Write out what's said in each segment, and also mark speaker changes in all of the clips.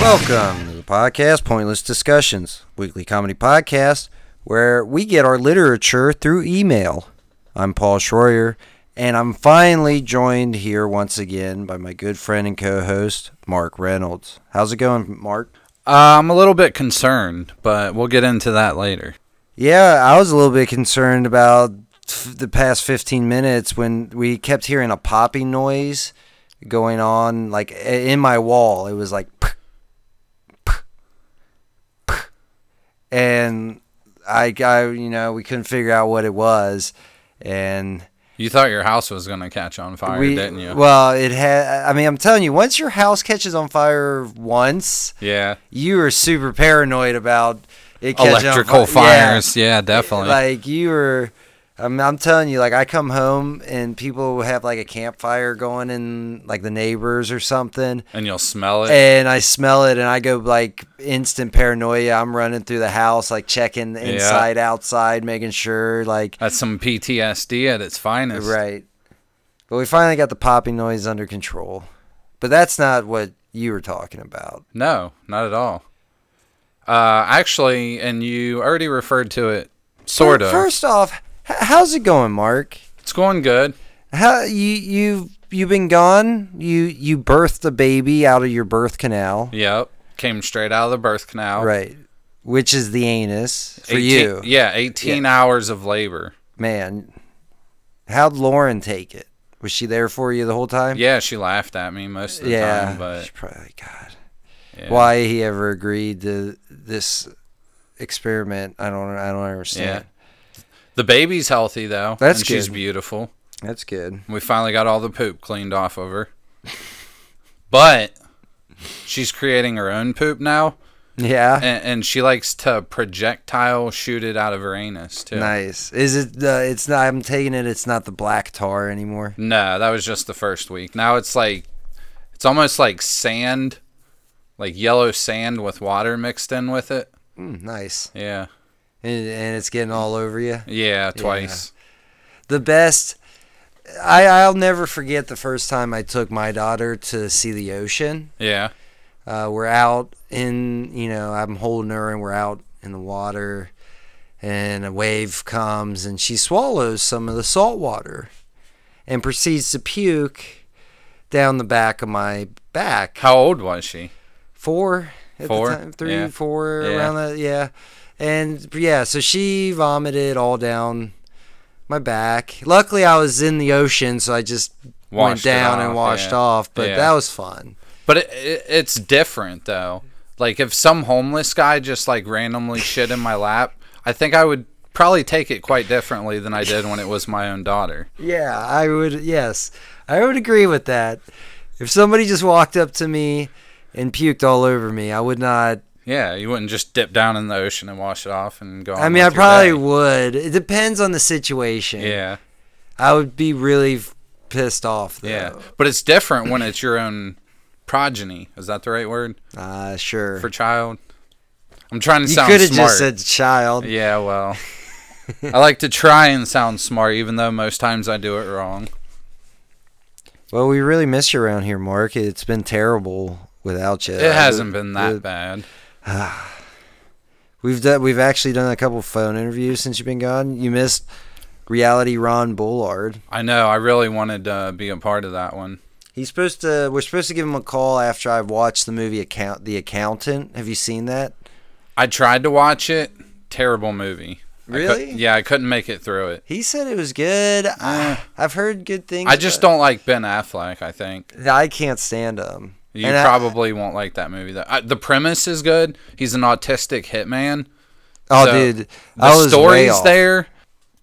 Speaker 1: Welcome to the podcast Pointless Discussions, weekly comedy podcast where we get our literature through email. I'm Paul Schroyer, and I'm finally joined here once again by my good friend and co-host Mark Reynolds. How's it going, Mark?
Speaker 2: Uh, I'm a little bit concerned, but we'll get into that later.
Speaker 1: Yeah, I was a little bit concerned about f- the past 15 minutes when we kept hearing a popping noise going on like i- in my wall. It was like and I, I you know, we couldn't figure out what it was and
Speaker 2: You thought your house was going to catch on fire,
Speaker 1: we
Speaker 2: didn't you?
Speaker 1: well, it had I mean, I'm telling you, once your house catches on fire once,
Speaker 2: yeah.
Speaker 1: you are super paranoid about it catching on
Speaker 2: Electrical
Speaker 1: fi- yeah.
Speaker 2: fires. Yeah, definitely.
Speaker 1: Like you were, I'm, I'm telling you, like I come home and people have like a campfire going in like the neighbors or something,
Speaker 2: and you'll smell it.
Speaker 1: and I smell it and I go like instant paranoia. I'm running through the house, like checking inside, outside, making sure like
Speaker 2: That's some PTSD at its finest.
Speaker 1: right. But we finally got the popping noise under control. But that's not what you were talking about.
Speaker 2: No, not at all. Uh, actually, and you already referred to it, sort of.
Speaker 1: First off, h- how's it going, Mark?
Speaker 2: It's going good.
Speaker 1: How you you you've been gone? You you birthed a baby out of your birth canal,
Speaker 2: Yep. Came straight out of the birth canal.
Speaker 1: right? Which is the anus for
Speaker 2: 18
Speaker 1: you,
Speaker 2: Yeah, 18 hours of labor.
Speaker 1: man. How'd Lauren take it? Was she there for you the whole time?
Speaker 2: Yeah, she laughed at me most of the
Speaker 1: yeah.
Speaker 2: time, but
Speaker 1: she probably God.
Speaker 2: yeah.
Speaker 1: Why he ever agreed to this experiment? I don't. I don't understand.
Speaker 2: the baby's healthy though.
Speaker 1: That's
Speaker 2: and she's
Speaker 1: good.
Speaker 2: beautiful.
Speaker 1: That's good.
Speaker 2: We finally got all the poop cleaned off of her. But she's creating her own poop now,
Speaker 1: Yeah.
Speaker 2: and, and she likes to projectile shoot it out of her anus too.
Speaker 1: Nice. Is it? Uh, it's not. I'm taking it. It's not the black tar anymore.
Speaker 2: No, that was just the first week. Now it's like it's almost like sand, like yellow sand with water mixed in with it.
Speaker 1: Mm, nice.
Speaker 2: Yeah,
Speaker 1: And, and it's getting all over you.
Speaker 2: yeah, twice.
Speaker 1: the best I, I'll never forget the first time I took my daughter to see the ocean.
Speaker 2: Yeah,
Speaker 1: Uh, we're out in, you know, I'm holding her and we're out in the water, and a wave comes and she swallows some of the salt water and proceeds to puke down the back of my back
Speaker 2: How old was she?
Speaker 1: four at
Speaker 2: Four?
Speaker 1: the time, three,
Speaker 2: Yeah.
Speaker 1: four
Speaker 2: Yeah.
Speaker 1: around that, yeah. And yeah, so she vomited all down my back. Luckily, I was in the ocean, so I just went
Speaker 2: Washed it
Speaker 1: down
Speaker 2: off,
Speaker 1: and washed
Speaker 2: yeah.
Speaker 1: off. But
Speaker 2: Yeah.
Speaker 1: that was fun.
Speaker 2: But it, it, it's different though. Like if some homeless guy just like randomly shit in my lap, I think I would probably take it quite differently than I did when it was my own daughter.
Speaker 1: Yeah, I would. Yes, I would agree with that. If somebody just walked up to me and puked all over me, I would not.
Speaker 2: Yeah, you wouldn't just dip down in the ocean and wash it off and go. On
Speaker 1: I mean, I
Speaker 2: with your
Speaker 1: probably
Speaker 2: day.
Speaker 1: would. It depends on the situation.
Speaker 2: Yeah,
Speaker 1: I would be really f- pissed off. Though.
Speaker 2: yeah, but it's different when it's your own progeny. Is that the right word
Speaker 1: Uh, sure.
Speaker 2: for child? I'm trying to
Speaker 1: you
Speaker 2: sound
Speaker 1: could have
Speaker 2: smart.
Speaker 1: just said child.
Speaker 2: yeah, well, I like to try and sound smart, even though most times I do it wrong.
Speaker 1: Well, we really miss you around here, Mark. It's been terrible without you.
Speaker 2: It hasn't been that
Speaker 1: the-
Speaker 2: bad.
Speaker 1: We've done. We've actually done a couple phone interviews since you've been gone. You missed reality Ron Bullard.
Speaker 2: I know. I really wanted to be a part of that one.
Speaker 1: He's supposed to. We're supposed to give him a call after I've watched the movie Account The Accountant. Have you seen that?
Speaker 2: I tried to watch it. Terrible movie. I cou-
Speaker 1: Really?
Speaker 2: yeah, I couldn't make it through it.
Speaker 1: He said it was good.
Speaker 2: Eh.
Speaker 1: Ah, I've heard good things.
Speaker 2: I just don't like Ben Affleck. I think
Speaker 1: don't. I can't stand him.
Speaker 2: you
Speaker 1: And I-
Speaker 2: probably won't like that movie. Though I, the premise is good. He's an autistic hitman.
Speaker 1: oh,
Speaker 2: so
Speaker 1: dude.
Speaker 2: The
Speaker 1: I was way
Speaker 2: story's
Speaker 1: off.
Speaker 2: there.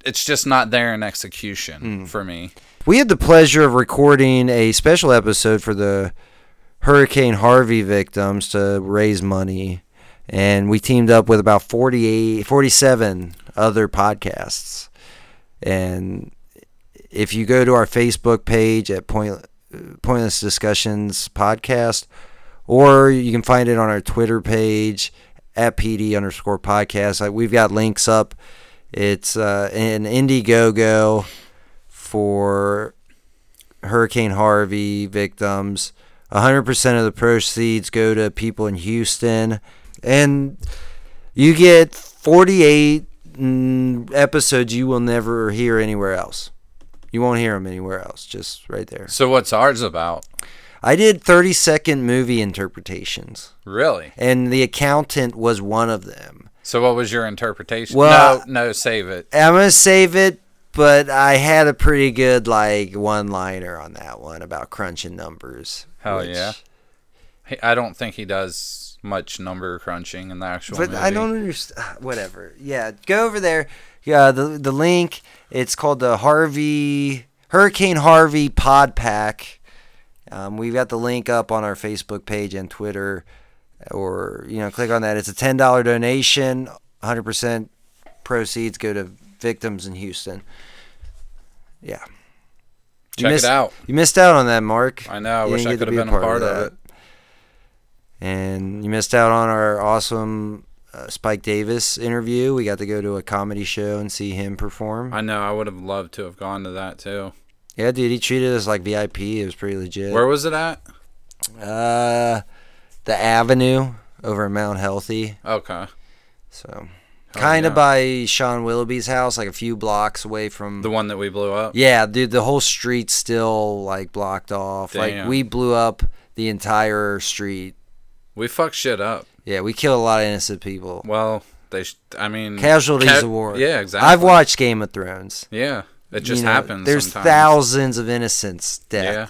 Speaker 2: It's just not there in
Speaker 1: Hmm.
Speaker 2: execution for me.
Speaker 1: We had the pleasure of recording a special episode for the Hurricane Harvey victims to raise money. And we teamed up with about 48, 47 other podcasts. And if you go to our Facebook page at Point, Pointless Discussions Podcast, or you can find it on our Twitter page at PD underscore podcast, Uh, we've got links up. It's uh, an Indiegogo for Hurricane Harvey victims, 100% of the proceeds go to people in Houston. And you get 48 mm, episodes you will never hear anywhere else. You won't hear them anywhere else, just right there.
Speaker 2: So what's ours about?
Speaker 1: I did 30 second movie interpretations,
Speaker 2: Really?
Speaker 1: and The Accountant was one of them.
Speaker 2: So what was your interpretation?
Speaker 1: Well-
Speaker 2: no, no, save it.
Speaker 1: I'm going to save it, but I had a pretty good, like, one liner on that one about crunching numbers.
Speaker 2: Hell
Speaker 1: which-
Speaker 2: yeah. He- I don't think he does much number crunching in the actual
Speaker 1: But
Speaker 2: movie.
Speaker 1: I don't understand. Whatever. Yeah, go over there. Yeah, the the link. It's called the Harvey Hurricane Harvey Pod Pack. Um, we've got the link up on our Facebook page and Twitter, or you know, click on that. It's a ten dollar donation. Hundred percent proceeds go to victims in Houston. Yeah. You
Speaker 2: Check
Speaker 1: missed-
Speaker 2: it out.
Speaker 1: You missed out on that, Mark.
Speaker 2: I know. I
Speaker 1: You
Speaker 2: wish I
Speaker 1: didn't
Speaker 2: could have
Speaker 1: get to
Speaker 2: been a part of, it.
Speaker 1: that. And you missed out on our awesome uh, Spike Davis interview. We got to go to a comedy show and see him perform.
Speaker 2: I know. I would have loved to have gone to that too.
Speaker 1: yeah, dude, he treated us like VIP. It was pretty legit.
Speaker 2: Where was it at?
Speaker 1: Uh, the Avenue over in Mount Healthy.
Speaker 2: Okay.
Speaker 1: So,
Speaker 2: Oh,
Speaker 1: kind of
Speaker 2: yeah.
Speaker 1: by Sean Willoughby's house, like a few blocks away from.
Speaker 2: The one that we blew up.
Speaker 1: yeah, dude, the whole street's still like blocked off. Like
Speaker 2: Damn.
Speaker 1: we blew up the entire street.
Speaker 2: We fucked shit up.
Speaker 1: Yeah, we killed a lot of innocent people.
Speaker 2: Well, they. Sh- I mean,
Speaker 1: Casualties
Speaker 2: ca-
Speaker 1: of war.
Speaker 2: Yeah, exactly.
Speaker 1: I've watched Game of Thrones.
Speaker 2: Yeah, it just
Speaker 1: You know,
Speaker 2: happens.
Speaker 1: There's
Speaker 2: sometimes.
Speaker 1: thousands of innocents
Speaker 2: Yeah,
Speaker 1: dead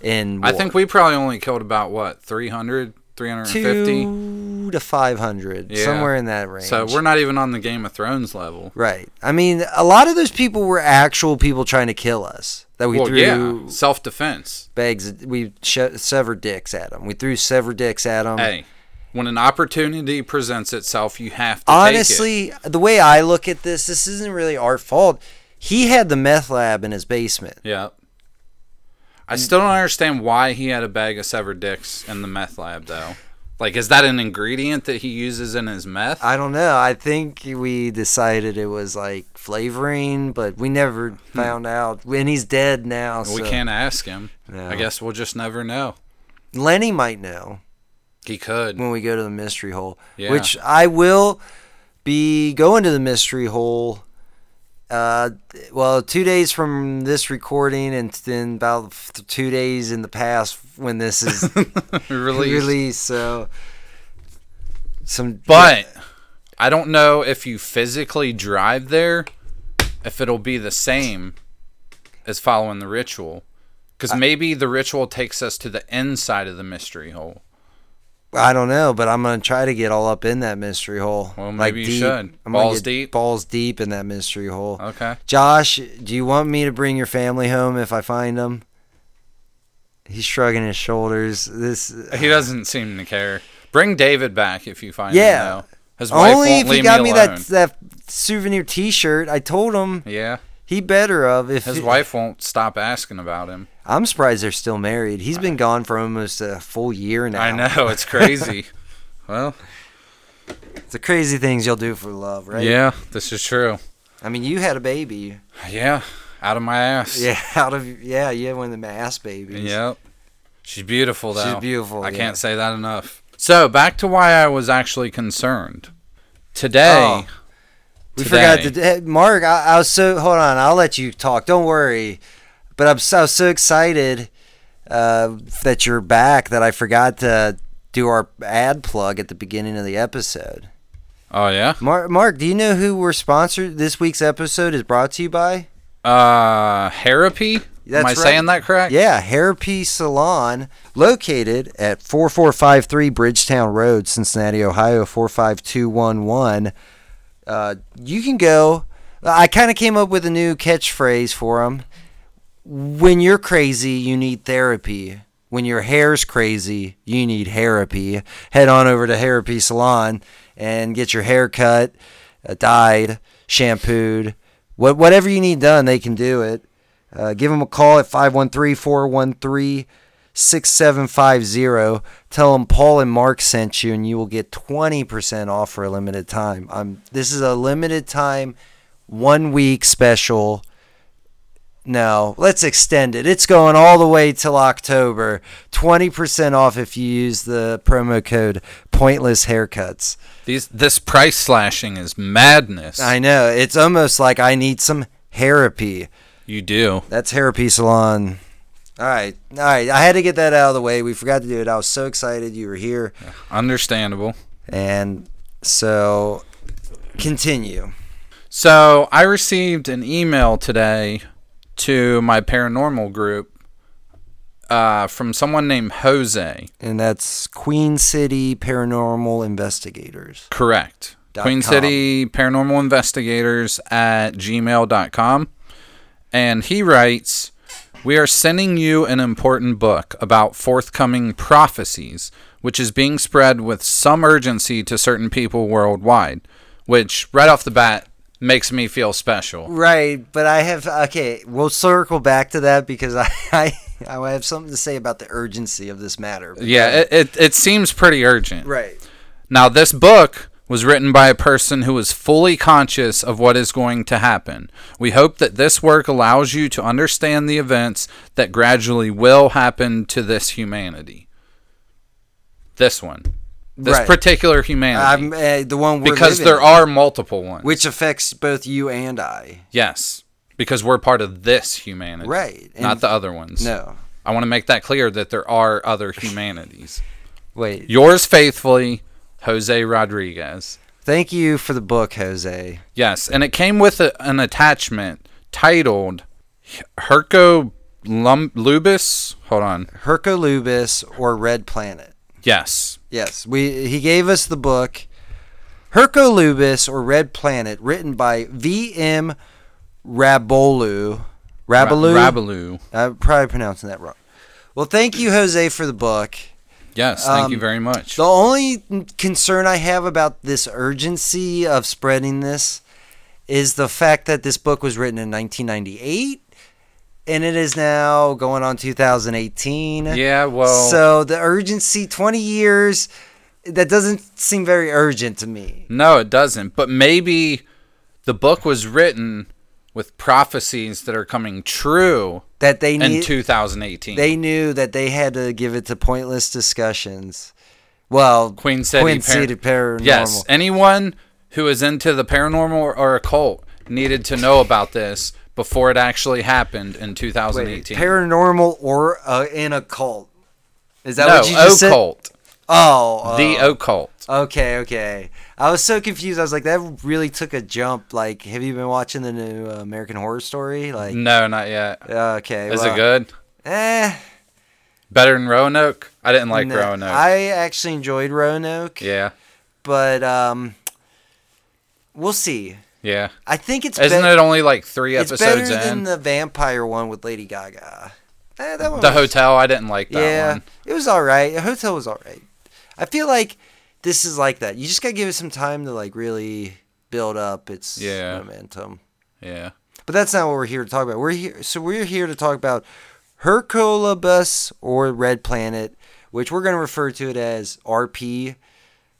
Speaker 1: in war.
Speaker 2: I think we probably only killed about what 300, 350.
Speaker 1: two to five hundred,
Speaker 2: Yeah.
Speaker 1: somewhere in that range.
Speaker 2: So we're not even on the Game of Thrones level.
Speaker 1: right. I mean, a lot of those people were actual people trying to kill us. That we
Speaker 2: well,
Speaker 1: threw
Speaker 2: yeah, self defense.
Speaker 1: bags, we sh- severed dicks at them. We threw severed dicks at them.
Speaker 2: hey, when an opportunity presents itself, you have to Take
Speaker 1: Honestly, the way I look at this, this isn't really our fault. He had the meth lab in his basement.
Speaker 2: it. Yeah. I still don't understand why he had a bag of severed dicks in the meth lab though. Like, is that an ingredient that he uses in his meth?
Speaker 1: I don't know. I think we decided it was like flavoring, but we never found out. And he's dead now.
Speaker 2: Hmm. we
Speaker 1: so-
Speaker 2: can't ask him.
Speaker 1: No.
Speaker 2: I guess we'll just never know.
Speaker 1: Lenny might know
Speaker 2: He could.
Speaker 1: when we go to the mystery hole,
Speaker 2: Yeah.
Speaker 1: which I will be going to the mystery hole. Uh, well, two days from this recording, and then about f- two days in the past when this is
Speaker 2: really,
Speaker 1: released. So, some
Speaker 2: But I don't know if you physically drive there, if it'll be the same as following the ritual. Because maybe the ritual takes us to the inside of the mystery hole.
Speaker 1: I don't know, but I'm gonna try to get all up in that mystery hole.
Speaker 2: Well,
Speaker 1: Like,
Speaker 2: maybe you
Speaker 1: deep.
Speaker 2: should.
Speaker 1: I'm gonna
Speaker 2: Balls
Speaker 1: get
Speaker 2: deep? Uh-huh.
Speaker 1: Balls deep in that mystery hole.
Speaker 2: Okay.
Speaker 1: Josh, do you want me to bring your family home if I find them? He's shrugging his shoulders. This
Speaker 2: He doesn't seem to care. Bring David back if you find
Speaker 1: Yeah.
Speaker 2: him. though. His wife
Speaker 1: only
Speaker 2: won't
Speaker 1: if he
Speaker 2: leave
Speaker 1: got
Speaker 2: me
Speaker 1: me,
Speaker 2: alone.
Speaker 1: that that souvenir T-shirt. I told him
Speaker 2: yeah.
Speaker 1: he better of if
Speaker 2: His
Speaker 1: he-
Speaker 2: wife won't stop asking about him.
Speaker 1: I'm surprised they're still married. He's been gone for almost a full year now.
Speaker 2: I know. It's crazy. well,
Speaker 1: It's the crazy things you'll do for love, right?
Speaker 2: yeah, this is true.
Speaker 1: I mean, you had a baby.
Speaker 2: Yeah. Out of my ass.
Speaker 1: Yeah. Out of yeah, you had one of the ass babies.
Speaker 2: Yep. She's beautiful though.
Speaker 1: She's beautiful,
Speaker 2: I
Speaker 1: yeah.
Speaker 2: can't say that enough. So back to why I was actually concerned. Today
Speaker 1: Oh, We
Speaker 2: today-
Speaker 1: forgot to hey, Mark. I, I was so hold on. I'll let you talk. Don't worry. But I'm so, I was so excited uh, that you're back that I forgot to do our ad plug at the beginning of the episode.
Speaker 2: Oh yeah?
Speaker 1: Mark, Mark, do you know who we're sponsored? This week's episode is brought to you by.
Speaker 2: Uh Herapy?
Speaker 1: That's
Speaker 2: Am I
Speaker 1: right.
Speaker 2: saying that correct?
Speaker 1: Yeah, Hairpiece Salon, located at 4453 Bridgetown Road, Cincinnati, Ohio 45211. Uh, you can go. I kind of came up with a new catchphrase for them. When you're crazy, you need therapy. When your hair's crazy, you need therapy. Head on over to Therapy Salon and get your hair cut, uh, dyed, shampooed, what, whatever you need done, they can do it. Uh, give them a call at 513 413 6750. Tell them Paul and Mark sent you, and you will get 20% off for a limited time. Um, this is a limited time, one week special. No, let's extend it. It's going all the way till October. 20% off if you use the promo code pointless haircuts.
Speaker 2: These this price slashing is madness.
Speaker 1: I know. It's almost like I need some therapy.
Speaker 2: you do.
Speaker 1: That's Therapy Salon. All right. All right. I had to get that out of the way. We forgot to do it. I was so excited you were here.
Speaker 2: Understandable.
Speaker 1: And so continue.
Speaker 2: So I received an email today to my paranormal group uh, from someone named Jose.
Speaker 1: And that's Queen City Paranormal Investigators.
Speaker 2: Correct.
Speaker 1: Dot
Speaker 2: Queen
Speaker 1: com.
Speaker 2: City Paranormal Investigators at gmail.com. And he writes We are sending you an important book about forthcoming prophecies, which is being spread with some urgency to certain people worldwide, which right off the bat makes me feel special.
Speaker 1: Right, but I have okay. We'll circle back to that because I I, I have something to say about the urgency of this matter.
Speaker 2: Yeah, it, it, it seems pretty urgent.
Speaker 1: right.
Speaker 2: Now, this book was written by a person who is fully conscious of what is going to happen. We hope that this work allows you to understand the events that gradually will happen to this humanity. This one. This
Speaker 1: Right.
Speaker 2: particular humanity.
Speaker 1: I'm uh, the one we're
Speaker 2: because
Speaker 1: living
Speaker 2: there
Speaker 1: in,
Speaker 2: are multiple ones.
Speaker 1: which affects both you and I.
Speaker 2: yes. Because we're part of this humanity.
Speaker 1: Right, and-
Speaker 2: not the other ones.
Speaker 1: No,
Speaker 2: I want to make that clear that there are other humanities.
Speaker 1: wait.
Speaker 2: Yours faithfully, Jose Rodriguez.
Speaker 1: Thank you for the book, Jose.
Speaker 2: Yes, and it came with a, an attachment titled Herco Lum- Lubis. Hold on.
Speaker 1: Hercolubis or Red Planet.
Speaker 2: Yes.
Speaker 1: Yes, we he gave us the book Hercolubis or Red Planet, written by V. M. Rabolu.
Speaker 2: Ra-
Speaker 1: Rabolu.
Speaker 2: Rabaloo.
Speaker 1: I'm probably pronouncing that wrong. Well, thank you, Jose, for the book.
Speaker 2: Yes, thank
Speaker 1: Um,
Speaker 2: you very much.
Speaker 1: The only concern I have about this urgency of spreading this is the fact that this book was written in 1998 and it is now going on 2018.
Speaker 2: yeah, well,
Speaker 1: so the urgency 20 years that doesn't seem very urgent to me.
Speaker 2: no, it doesn't. But maybe the book was written with prophecies that are coming true
Speaker 1: That they
Speaker 2: in
Speaker 1: need
Speaker 2: 2018.
Speaker 1: they knew that they had to give it to pointless discussions. Well,
Speaker 2: Queen City
Speaker 1: Queen
Speaker 2: Par-
Speaker 1: City paranormal.
Speaker 2: Yes, anyone who is into the paranormal or, or occult needed to know about this before it actually happened in
Speaker 1: Wait,
Speaker 2: 2018.
Speaker 1: paranormal or uh, in a cult? Is that
Speaker 2: no,
Speaker 1: what you just
Speaker 2: occult.
Speaker 1: said? Oh, oh.
Speaker 2: The occult.
Speaker 1: okay, okay. I was so confused. I was like, that really took a jump. Like, have you been watching the new uh, American Horror Story? Like, uh,
Speaker 2: No, not yet.
Speaker 1: okay,
Speaker 2: Mm. Is
Speaker 1: well,
Speaker 2: it good?
Speaker 1: Eh,
Speaker 2: Better than Roanoke? I didn't like
Speaker 1: no.
Speaker 2: Roanoke.
Speaker 1: I actually enjoyed Roanoke,
Speaker 2: yeah,
Speaker 1: but um, we'll see.
Speaker 2: yeah.
Speaker 1: I think it's
Speaker 2: Isn't
Speaker 1: bet-
Speaker 2: it only like three
Speaker 1: it's
Speaker 2: episodes
Speaker 1: better than
Speaker 2: in?
Speaker 1: the vampire one with Lady Gaga. Eh, that one
Speaker 2: the
Speaker 1: was-
Speaker 2: hotel? I didn't like that
Speaker 1: yeah,
Speaker 2: one.
Speaker 1: it was all right. The hotel was all right. I feel like this is like that. You just gotta give it some time to like really build up its
Speaker 2: Yeah.
Speaker 1: momentum.
Speaker 2: Yeah.
Speaker 1: But that's not what we're here to talk about. We're here, so we're here to talk about Hercolobus or Red Planet, which we're gonna refer to it as RP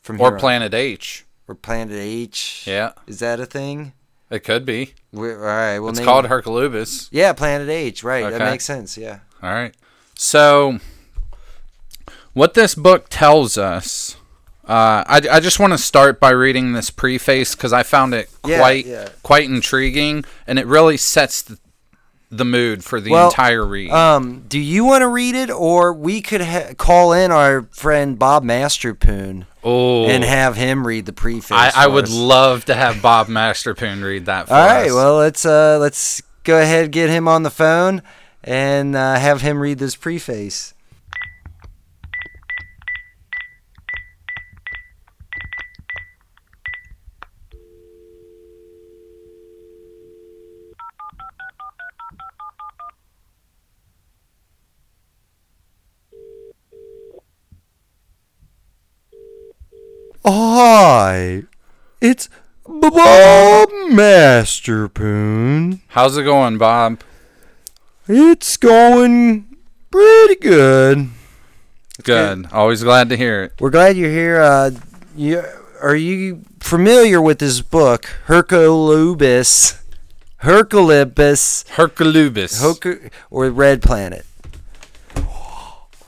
Speaker 1: from here
Speaker 2: Or
Speaker 1: on.
Speaker 2: Planet H.
Speaker 1: or Planet H.
Speaker 2: Yeah,
Speaker 1: is that a thing?
Speaker 2: it could be.
Speaker 1: We're, all right, well,
Speaker 2: It's
Speaker 1: name-
Speaker 2: called Herculubis.
Speaker 1: yeah, Planet H. Right, that
Speaker 2: Okay.
Speaker 1: makes sense. Yeah,
Speaker 2: All right. So, what this book tells us, uh, I, I just want to start by reading this preface because I found it
Speaker 1: Yeah,
Speaker 2: quite
Speaker 1: yeah.
Speaker 2: quite intriguing, and it really sets the, the mood for the
Speaker 1: Well,
Speaker 2: entire read.
Speaker 1: Um, do you want to read it, or we could ha- call in our friend Bob Masterpoon
Speaker 2: oh,
Speaker 1: and have him read the preface?
Speaker 2: I, I
Speaker 1: for
Speaker 2: would
Speaker 1: us?
Speaker 2: love to have Bob Masterpoon read that for
Speaker 1: All
Speaker 2: us.
Speaker 1: right, well let's uh, let's go ahead get him on the phone and uh, have him read this preface. Hi, it's Bob Masterpoon.
Speaker 2: How's it going, Bob?
Speaker 1: It's going pretty good.
Speaker 2: Good. Always glad to hear it.
Speaker 1: We're glad you're here. Uh, you, are you familiar with this book, Hercolubus? Herculipus,
Speaker 2: Herculubus.
Speaker 1: Hoku, or Red Planet.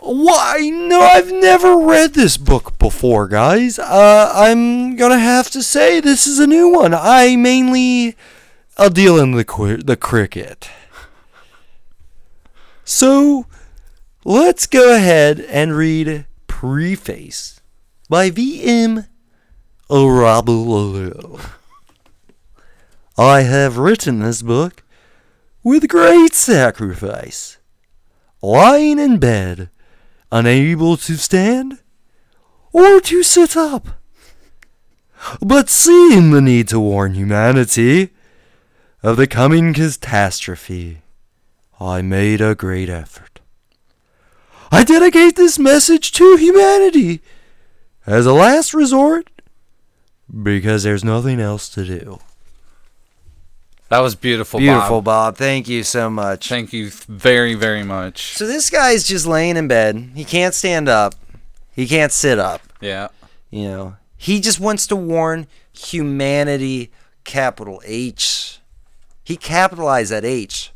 Speaker 1: Why? No, I've never read this book before, guys. Uh, I'm gonna have to say this is a new one. I mainly, I'll deal in the qu- the cricket. So, let's go ahead and read preface by V.M. Arabulolo. I have written this book with great sacrifice. Lying in bed, unable to stand or to sit up. But seeing the need to warn humanity of the coming catastrophe, I made a great effort. I dedicate this message to humanity as a last resort because there's nothing else to do.
Speaker 2: That was beautiful.
Speaker 1: Beautiful,
Speaker 2: Beautiful.
Speaker 1: Bob. Thank you so much.
Speaker 2: Thank you th- very, very much.
Speaker 1: So this guy's just laying in bed. He can't stand up. He can't sit up.
Speaker 2: Yeah.
Speaker 1: You know, he just wants to warn humanity, capital H. He capitalized that H.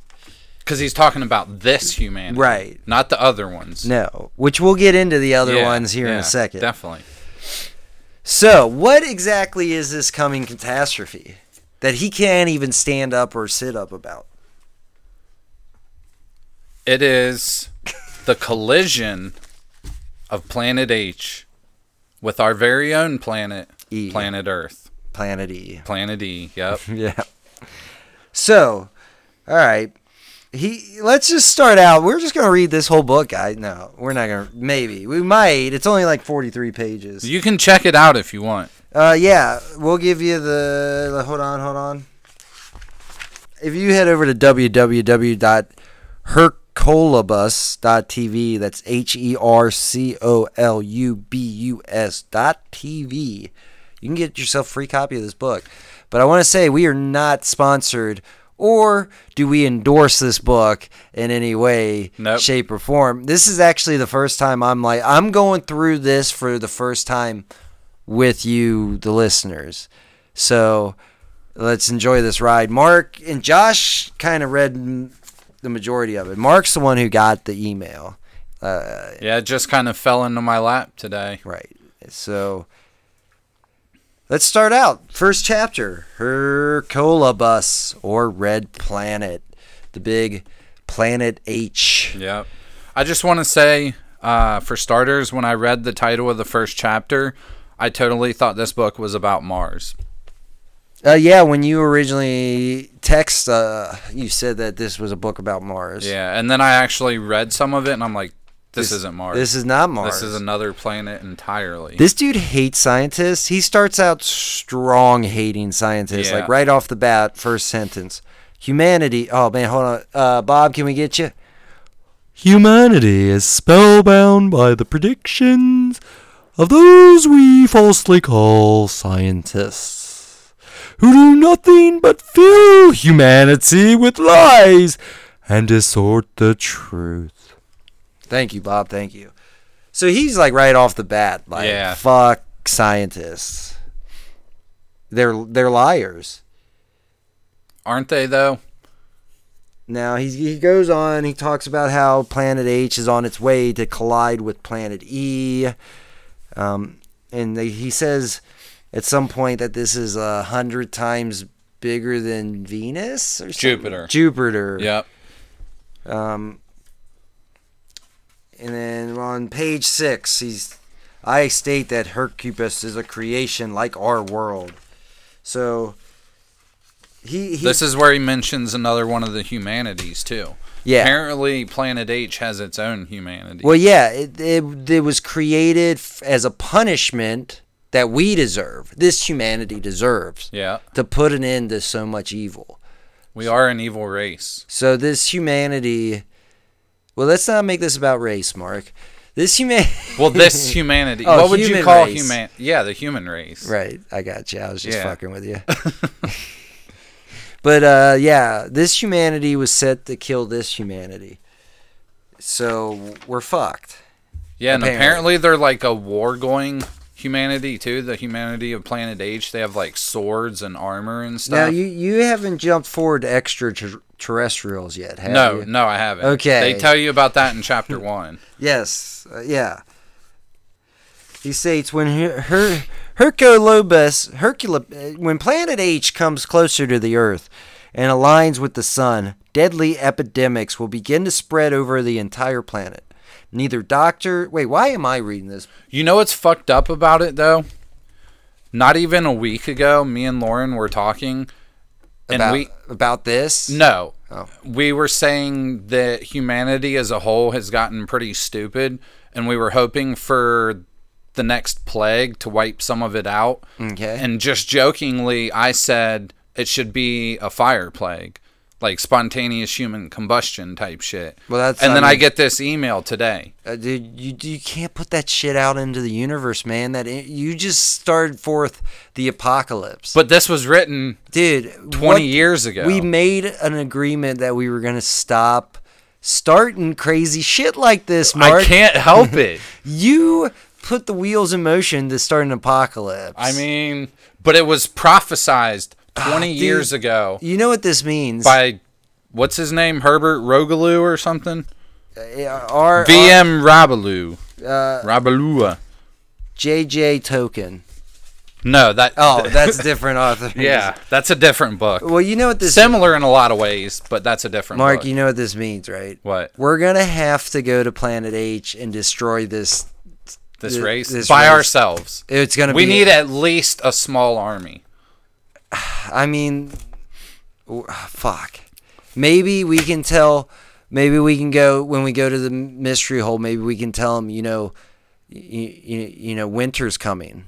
Speaker 2: Because he's talking about this humanity.
Speaker 1: Right.
Speaker 2: Not the other ones.
Speaker 1: No, which we'll get into the other
Speaker 2: Yeah,
Speaker 1: ones here in
Speaker 2: yeah,
Speaker 1: a second.
Speaker 2: Definitely.
Speaker 1: so, what exactly is this coming catastrophe that he can't even stand up or sit up about?
Speaker 2: It is the collision of planet H with our very own planet,
Speaker 1: E.
Speaker 2: planet Earth.
Speaker 1: Planet E.
Speaker 2: Planet E. Yep.
Speaker 1: Yeah. So, all right. He let's just start out. We're just gonna read this whole book. I no, we're not gonna. Maybe we might. It's only like forty-three pages.
Speaker 2: you can check it out if you want.
Speaker 1: Uh, yeah, we'll give you the. the- Hold on, hold on. If you head over to www.hercolobus.tv, that's H E R C O L U B U S dot TV, you can get yourself a free copy of this book. But I want to say we are not sponsored or do we endorse this book in any way,
Speaker 2: Nope.
Speaker 1: shape, or form. This is actually the first time I'm like, I'm going through this for the first time with you, the listeners. So let's enjoy this ride. Mark and Josh kind of read m- the majority of it. Mark's the one who got the email. Uh,
Speaker 2: Yeah, it just kind of fell into my lap today.
Speaker 1: right. So let's start out. First chapter Hercolobus or Red Planet, the big planet H.
Speaker 2: Yep. I just want to say, uh, for starters, when I read the title of the first chapter, I totally thought this book was about Mars.
Speaker 1: Uh, yeah, when you originally text, uh, you said that this was a book about Mars.
Speaker 2: Yeah, and then I actually read some of it, and I'm like, this,
Speaker 1: This-
Speaker 2: isn't Mars.
Speaker 1: This is not Mars.
Speaker 2: This is another planet entirely.
Speaker 1: This dude hates scientists. He starts out strong hating scientists,
Speaker 2: Yeah.
Speaker 1: like right off the bat, first sentence. Humanity. Oh man, hold on, uh, Bob. Can we get you? Humanity is spellbound by the predictions of those we falsely call scientists, who do nothing but fill humanity with lies and distort the truth. Thank you, Bob. Thank you. So he's like right off the bat, like
Speaker 2: Yeah.
Speaker 1: fuck scientists. They're they're liars.
Speaker 2: Aren't they though?
Speaker 1: Now he's, he goes on. He talks about how Planet H is on its way to collide with Planet E, um, and they, he says at some point that this is a hundred times bigger than Venus or something.
Speaker 2: Jupiter.
Speaker 1: Jupiter.
Speaker 2: Yep.
Speaker 1: Um, and then on page six, he's I state that Hercubus is a creation like our world. So he, he
Speaker 2: This is where he mentions another one of the humanities too.
Speaker 1: yeah.
Speaker 2: Apparently, Planet H has its own humanity.
Speaker 1: Well, yeah, it, it, it was created f- as a punishment that we deserve. This humanity deserves
Speaker 2: Yeah,
Speaker 1: to put an end to so much evil.
Speaker 2: we are an evil race.
Speaker 1: So this humanity. Well, let's not make this about race, Mark. This human.
Speaker 2: Well, this humanity.
Speaker 1: Oh,
Speaker 2: what would
Speaker 1: human
Speaker 2: you call
Speaker 1: race.
Speaker 2: human? Yeah, the human race.
Speaker 1: Right, I got you. I was just
Speaker 2: Yeah.
Speaker 1: fucking with you. but uh, yeah, this humanity was set to kill this humanity, so we're fucked.
Speaker 2: Yeah, and
Speaker 1: Apparently.
Speaker 2: apparently they're like a war going humanity too, the humanity of Planet H. They have like swords and armor and stuff.
Speaker 1: Now you you haven't jumped forward to extraterrestrials yet, have
Speaker 2: no,
Speaker 1: you?
Speaker 2: no, I haven't.
Speaker 1: Okay.
Speaker 2: They tell you about that in chapter one.
Speaker 1: Yes, uh, yeah. He states when her, her Herculobus Hercula uh, when Planet H comes closer to the Earth and aligns with the Sun, deadly epidemics will begin to spread over the entire planet. Neither doctor, wait, why am I reading this?
Speaker 2: You know what's fucked up about it though? Not even a week ago, me and Lauren were talking, and
Speaker 1: About,
Speaker 2: we
Speaker 1: about this?
Speaker 2: no,
Speaker 1: Oh.
Speaker 2: we were saying that humanity as a whole has gotten pretty stupid, and we were hoping for the next plague to wipe some of it out.
Speaker 1: Okay.
Speaker 2: And just jokingly, I said it should be a fire plague, like spontaneous human combustion type shit.
Speaker 1: Well, that's-
Speaker 2: and
Speaker 1: I
Speaker 2: then I
Speaker 1: mean-
Speaker 2: get this email today.
Speaker 1: Uh, dude, you you can't put that shit out into the universe, man. That you just started forth the apocalypse.
Speaker 2: But this was written
Speaker 1: dude,
Speaker 2: 20 years ago.
Speaker 1: we made an agreement that we were gonna stop starting crazy shit like this, Mark.
Speaker 2: I can't help it.
Speaker 1: You put the wheels in motion to start an apocalypse.
Speaker 2: I mean, but it was prophesized 20
Speaker 1: Ah, dude.
Speaker 2: years ago
Speaker 1: you know what this means?
Speaker 2: by what's his name? Herbert Rogaloo or something?
Speaker 1: Uh, our, our
Speaker 2: VM Rabaloo.
Speaker 1: uh,
Speaker 2: Rabalua.
Speaker 1: JJ token.
Speaker 2: No, that
Speaker 1: Oh, that's a different author.
Speaker 2: yeah, that's a different book.
Speaker 1: Well, you know what this
Speaker 2: Similar in a lot of ways, but that's a different
Speaker 1: Mark,
Speaker 2: book.
Speaker 1: you know what this means, right?
Speaker 2: what?
Speaker 1: We're gonna have to go to Planet H and destroy this.
Speaker 2: This
Speaker 1: th-
Speaker 2: race
Speaker 1: this
Speaker 2: by
Speaker 1: race.
Speaker 2: ourselves.
Speaker 1: It's gonna.
Speaker 2: We
Speaker 1: be,
Speaker 2: need at least a small army.
Speaker 1: I mean, w- fuck. Maybe we can tell. Maybe we can go when we go to the mystery hole. Maybe we can tell them, you know, you, you, you know, winter's coming.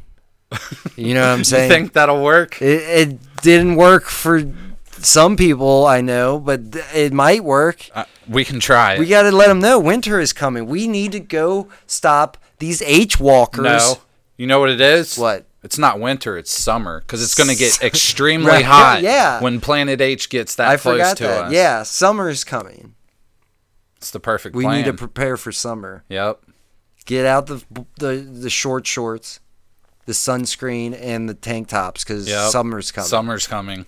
Speaker 1: You know what I'm
Speaker 2: You
Speaker 1: saying?
Speaker 2: think that'll work?
Speaker 1: it, it didn't work for some people, I know, but th- it might work.
Speaker 2: Uh, we can try.
Speaker 1: We
Speaker 2: it.
Speaker 1: got to let them know winter is coming. We need to go stop these H walkers.
Speaker 2: No. You know what it is?
Speaker 1: What?
Speaker 2: It's not winter, it's summer because it's going to get extremely
Speaker 1: Right,
Speaker 2: hot
Speaker 1: yeah.
Speaker 2: when Planet H gets that
Speaker 1: I
Speaker 2: close
Speaker 1: forgot
Speaker 2: to
Speaker 1: that.
Speaker 2: us.
Speaker 1: Yeah, summer's coming.
Speaker 2: It's the perfect
Speaker 1: We
Speaker 2: plan.
Speaker 1: need to prepare for summer.
Speaker 2: yep.
Speaker 1: Get out the the the short shorts, the sunscreen, and the tank tops because
Speaker 2: Yep.
Speaker 1: summer's coming.
Speaker 2: Summer's coming.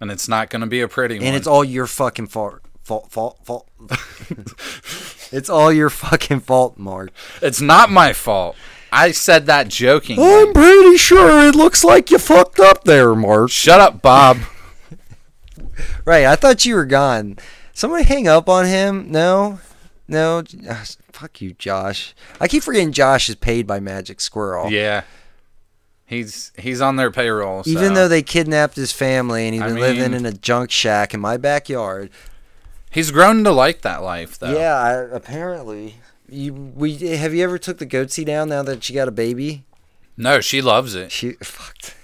Speaker 2: And it's not going to be a pretty one.
Speaker 1: and it's all your fucking fault. Fault. Fault. Fault. it's all your fucking fault, Mark.
Speaker 2: It's not my fault. I said that jokingly.
Speaker 1: pretty sure it looks like you fucked up there, Mark.
Speaker 2: Shut up, Bob.
Speaker 1: Right. I thought you were gone. Somebody hang up on him. No. No. Ah, Fuck you, Josh. I keep forgetting Josh is paid by Magic Squirrel.
Speaker 2: yeah. He's he's on their payroll.
Speaker 1: Even
Speaker 2: so-
Speaker 1: though they kidnapped his family and he's
Speaker 2: I
Speaker 1: been living
Speaker 2: mean-
Speaker 1: in a junk shack in my backyard.
Speaker 2: he's grown to like that life, though.
Speaker 1: Yeah, I, apparently. You we have you ever took the goatsy down now that she got a baby?
Speaker 2: No, she loves it.
Speaker 1: She fucked.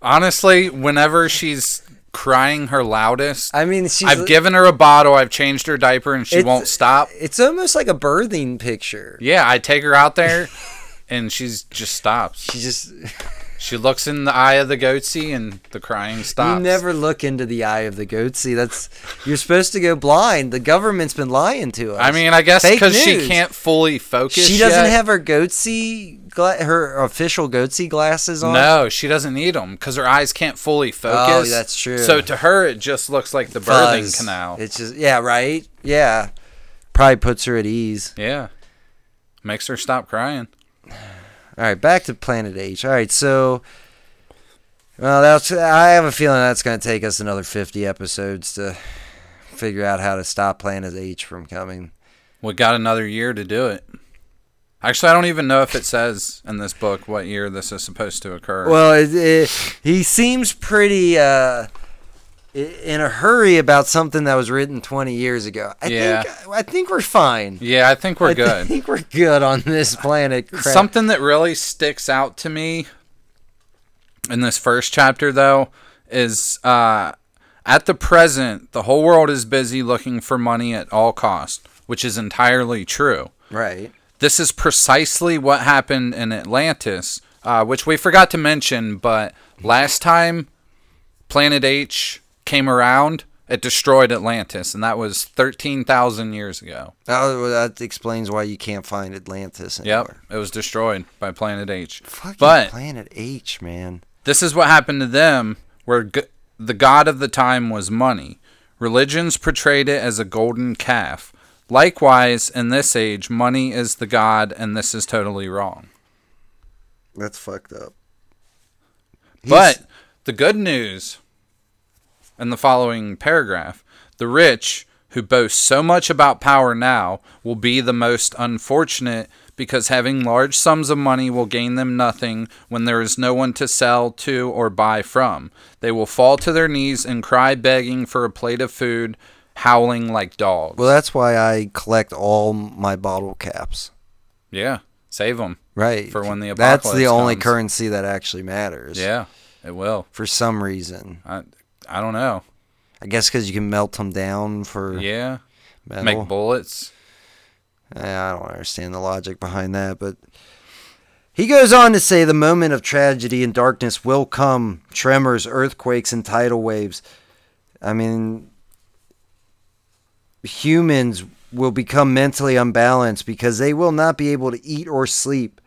Speaker 2: Honestly, whenever she's crying her loudest,
Speaker 1: I mean, she's
Speaker 2: I've given her a bottle, I've changed her diaper, and she
Speaker 1: It's-
Speaker 2: won't stop.
Speaker 1: It's almost like a birthing picture.
Speaker 2: Yeah, I take her out there, and she's just stops.
Speaker 1: She just
Speaker 2: She looks in the eye of the goatsy, and the crying stops.
Speaker 1: You never look into the eye of the goat. See, that's you're supposed to go blind. The government's been lying to us.
Speaker 2: I mean, I guess
Speaker 1: Fake
Speaker 2: because she
Speaker 1: news.
Speaker 2: can't fully focus.
Speaker 1: she doesn't
Speaker 2: yet.
Speaker 1: have her goatsy, gla- her official goatsy glasses on.
Speaker 2: No, she doesn't need them because her eyes can't fully focus.
Speaker 1: Oh, that's true.
Speaker 2: So to her, it just looks like the birthing
Speaker 1: Fuzz.
Speaker 2: canal.
Speaker 1: It's just yeah, right? Yeah, probably puts her at ease.
Speaker 2: yeah, makes her stop crying.
Speaker 1: All right, back to Planet H. All right, so. Well, that's. I have a feeling that's going to take us another fifty episodes to figure out how to stop Planet H from coming.
Speaker 2: We got another year to do it. Actually, I don't even know if it says in this book what year this is supposed to occur.
Speaker 1: Well, it, it, he seems pretty uh, i- in a hurry about something that was written 20 years ago. I
Speaker 2: Yeah.
Speaker 1: think I think we're fine.
Speaker 2: yeah, I think we're
Speaker 1: I
Speaker 2: good.
Speaker 1: think we're good on this planet. Crap.
Speaker 2: Something that really sticks out to me in this first chapter, though, is uh, at the present, the whole world is busy looking for money at all cost, which is entirely true.
Speaker 1: right?
Speaker 2: This is precisely what happened in Atlantis, uh, which we forgot to mention, but last time Planet H came around, It destroyed Atlantis, and that was 13,000 years ago.
Speaker 1: Oh, That, that explains why you can't find Atlantis
Speaker 2: Yep.
Speaker 1: anywhere.
Speaker 2: It was destroyed by Planet H.
Speaker 1: Fucking
Speaker 2: But-
Speaker 1: Planet H, man.
Speaker 2: This is what happened to them, where g- the god of the time was money. Religions portrayed it as a golden calf. Likewise, in this age, money is the god, and this is totally wrong.
Speaker 1: That's fucked up.
Speaker 2: But the good news in the following paragraph the rich who boast so much about power now will be the most unfortunate because having large sums of money will gain them nothing when there is no one to sell to or buy from. They will fall to their knees and cry begging for a plate of food, howling like dogs.
Speaker 1: Well, that's why I collect all my bottle caps.
Speaker 2: yeah, save them.
Speaker 1: Right.
Speaker 2: For when the
Speaker 1: That's the
Speaker 2: apocalypse
Speaker 1: only
Speaker 2: comes.
Speaker 1: currency that actually matters.
Speaker 2: Yeah, it will.
Speaker 1: For some reason.
Speaker 2: I, I don't know.
Speaker 1: I guess because you can melt them down for
Speaker 2: Yeah,
Speaker 1: metal.
Speaker 2: make bullets.
Speaker 1: Yeah, Eh, I don't understand the logic behind that, but he goes on to say the moment of tragedy and darkness will come tremors, earthquakes, and tidal waves. I mean, humans will become mentally unbalanced because they will not be able to eat or sleep.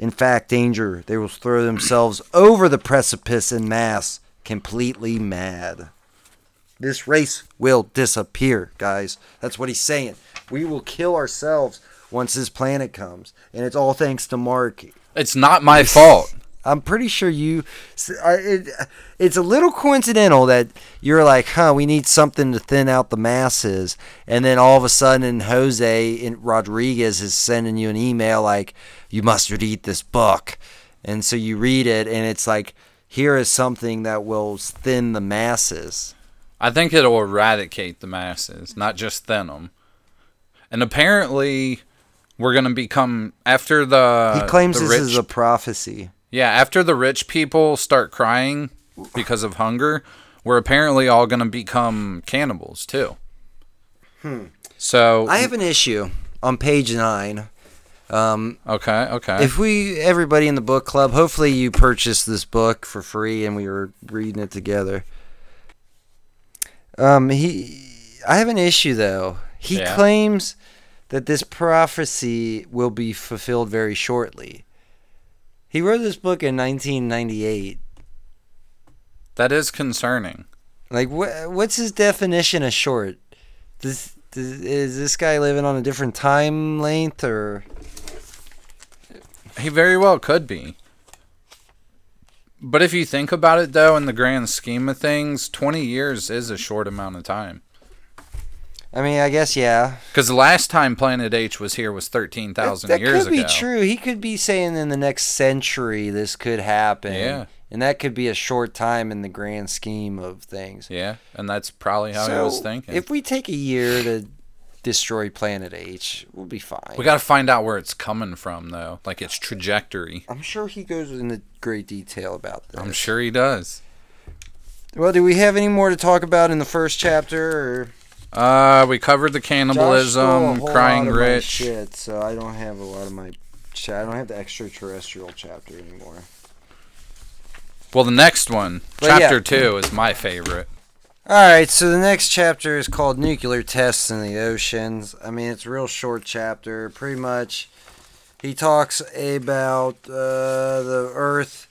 Speaker 1: In fact, danger. They will throw themselves over the precipice in mass, completely mad. This race will disappear, guys. That's what he's saying. We will kill ourselves once this planet comes, and it's all thanks to Marky.
Speaker 2: It's not my fault.
Speaker 1: I'm pretty sure you. s- I- It, it's a little coincidental that you're like, huh, we need something to thin out the masses. And then all of a sudden, Jose in Rodriguez is sending you an email like, you must read this book. And so you read it, and it's like, here is something that will thin the masses.
Speaker 2: I think it'll eradicate the masses, not just thin them. And apparently, we're gonna become after the
Speaker 1: He claims
Speaker 2: Uh, the
Speaker 1: this
Speaker 2: rich,
Speaker 1: is a prophecy.
Speaker 2: yeah after the rich people start crying because of hunger. We're apparently all gonna become cannibals too. Hmm. So
Speaker 1: I have an issue on page nine. Um,
Speaker 2: okay, okay.
Speaker 1: If we, everybody in the book club, hopefully you purchased this book for free and we were reading it together. Um, he, I have an issue though. He
Speaker 2: Yeah.
Speaker 1: claims that this prophecy will be fulfilled very shortly. He wrote this book in 1998.
Speaker 2: that is concerning.
Speaker 1: Like, what? What's his definition of short? Does, does, is this guy living on a different time length or?
Speaker 2: He very well could be. But if you think about it, though, in the grand scheme of things, twenty years is a short amount of time.
Speaker 1: I mean, I guess yeah.
Speaker 2: Because the last time Planet H was here was thirteen thousand
Speaker 1: that
Speaker 2: years
Speaker 1: could
Speaker 2: ago.
Speaker 1: be true. He could be saying in the next century this could happen.
Speaker 2: Yeah.
Speaker 1: And that could be a short time in the grand scheme of things.
Speaker 2: Yeah, and that's probably how I
Speaker 1: so
Speaker 2: was thinking.
Speaker 1: if we take a year to destroy planet H, we'll be fine.
Speaker 2: we got to find out where it's coming from, though, like its trajectory.
Speaker 1: I'm sure he goes into great detail about this.
Speaker 2: I'm sure he does.
Speaker 1: Well, do we have any more to talk about in the first chapter? Or
Speaker 2: Uh, we covered the
Speaker 1: Josh stole a
Speaker 2: cannibalism,
Speaker 1: whole
Speaker 2: crying
Speaker 1: lot of my
Speaker 2: rich.
Speaker 1: shit, so I don't have a lot of my. cha- I don't have the extraterrestrial chapter anymore.
Speaker 2: Well, the next one,
Speaker 1: But
Speaker 2: chapter
Speaker 1: yeah.
Speaker 2: two, is my favorite.
Speaker 1: All right, so the next chapter is called Nuclear Tests in the Oceans. I mean, it's a real short chapter. Pretty much, he talks about uh, the Earth,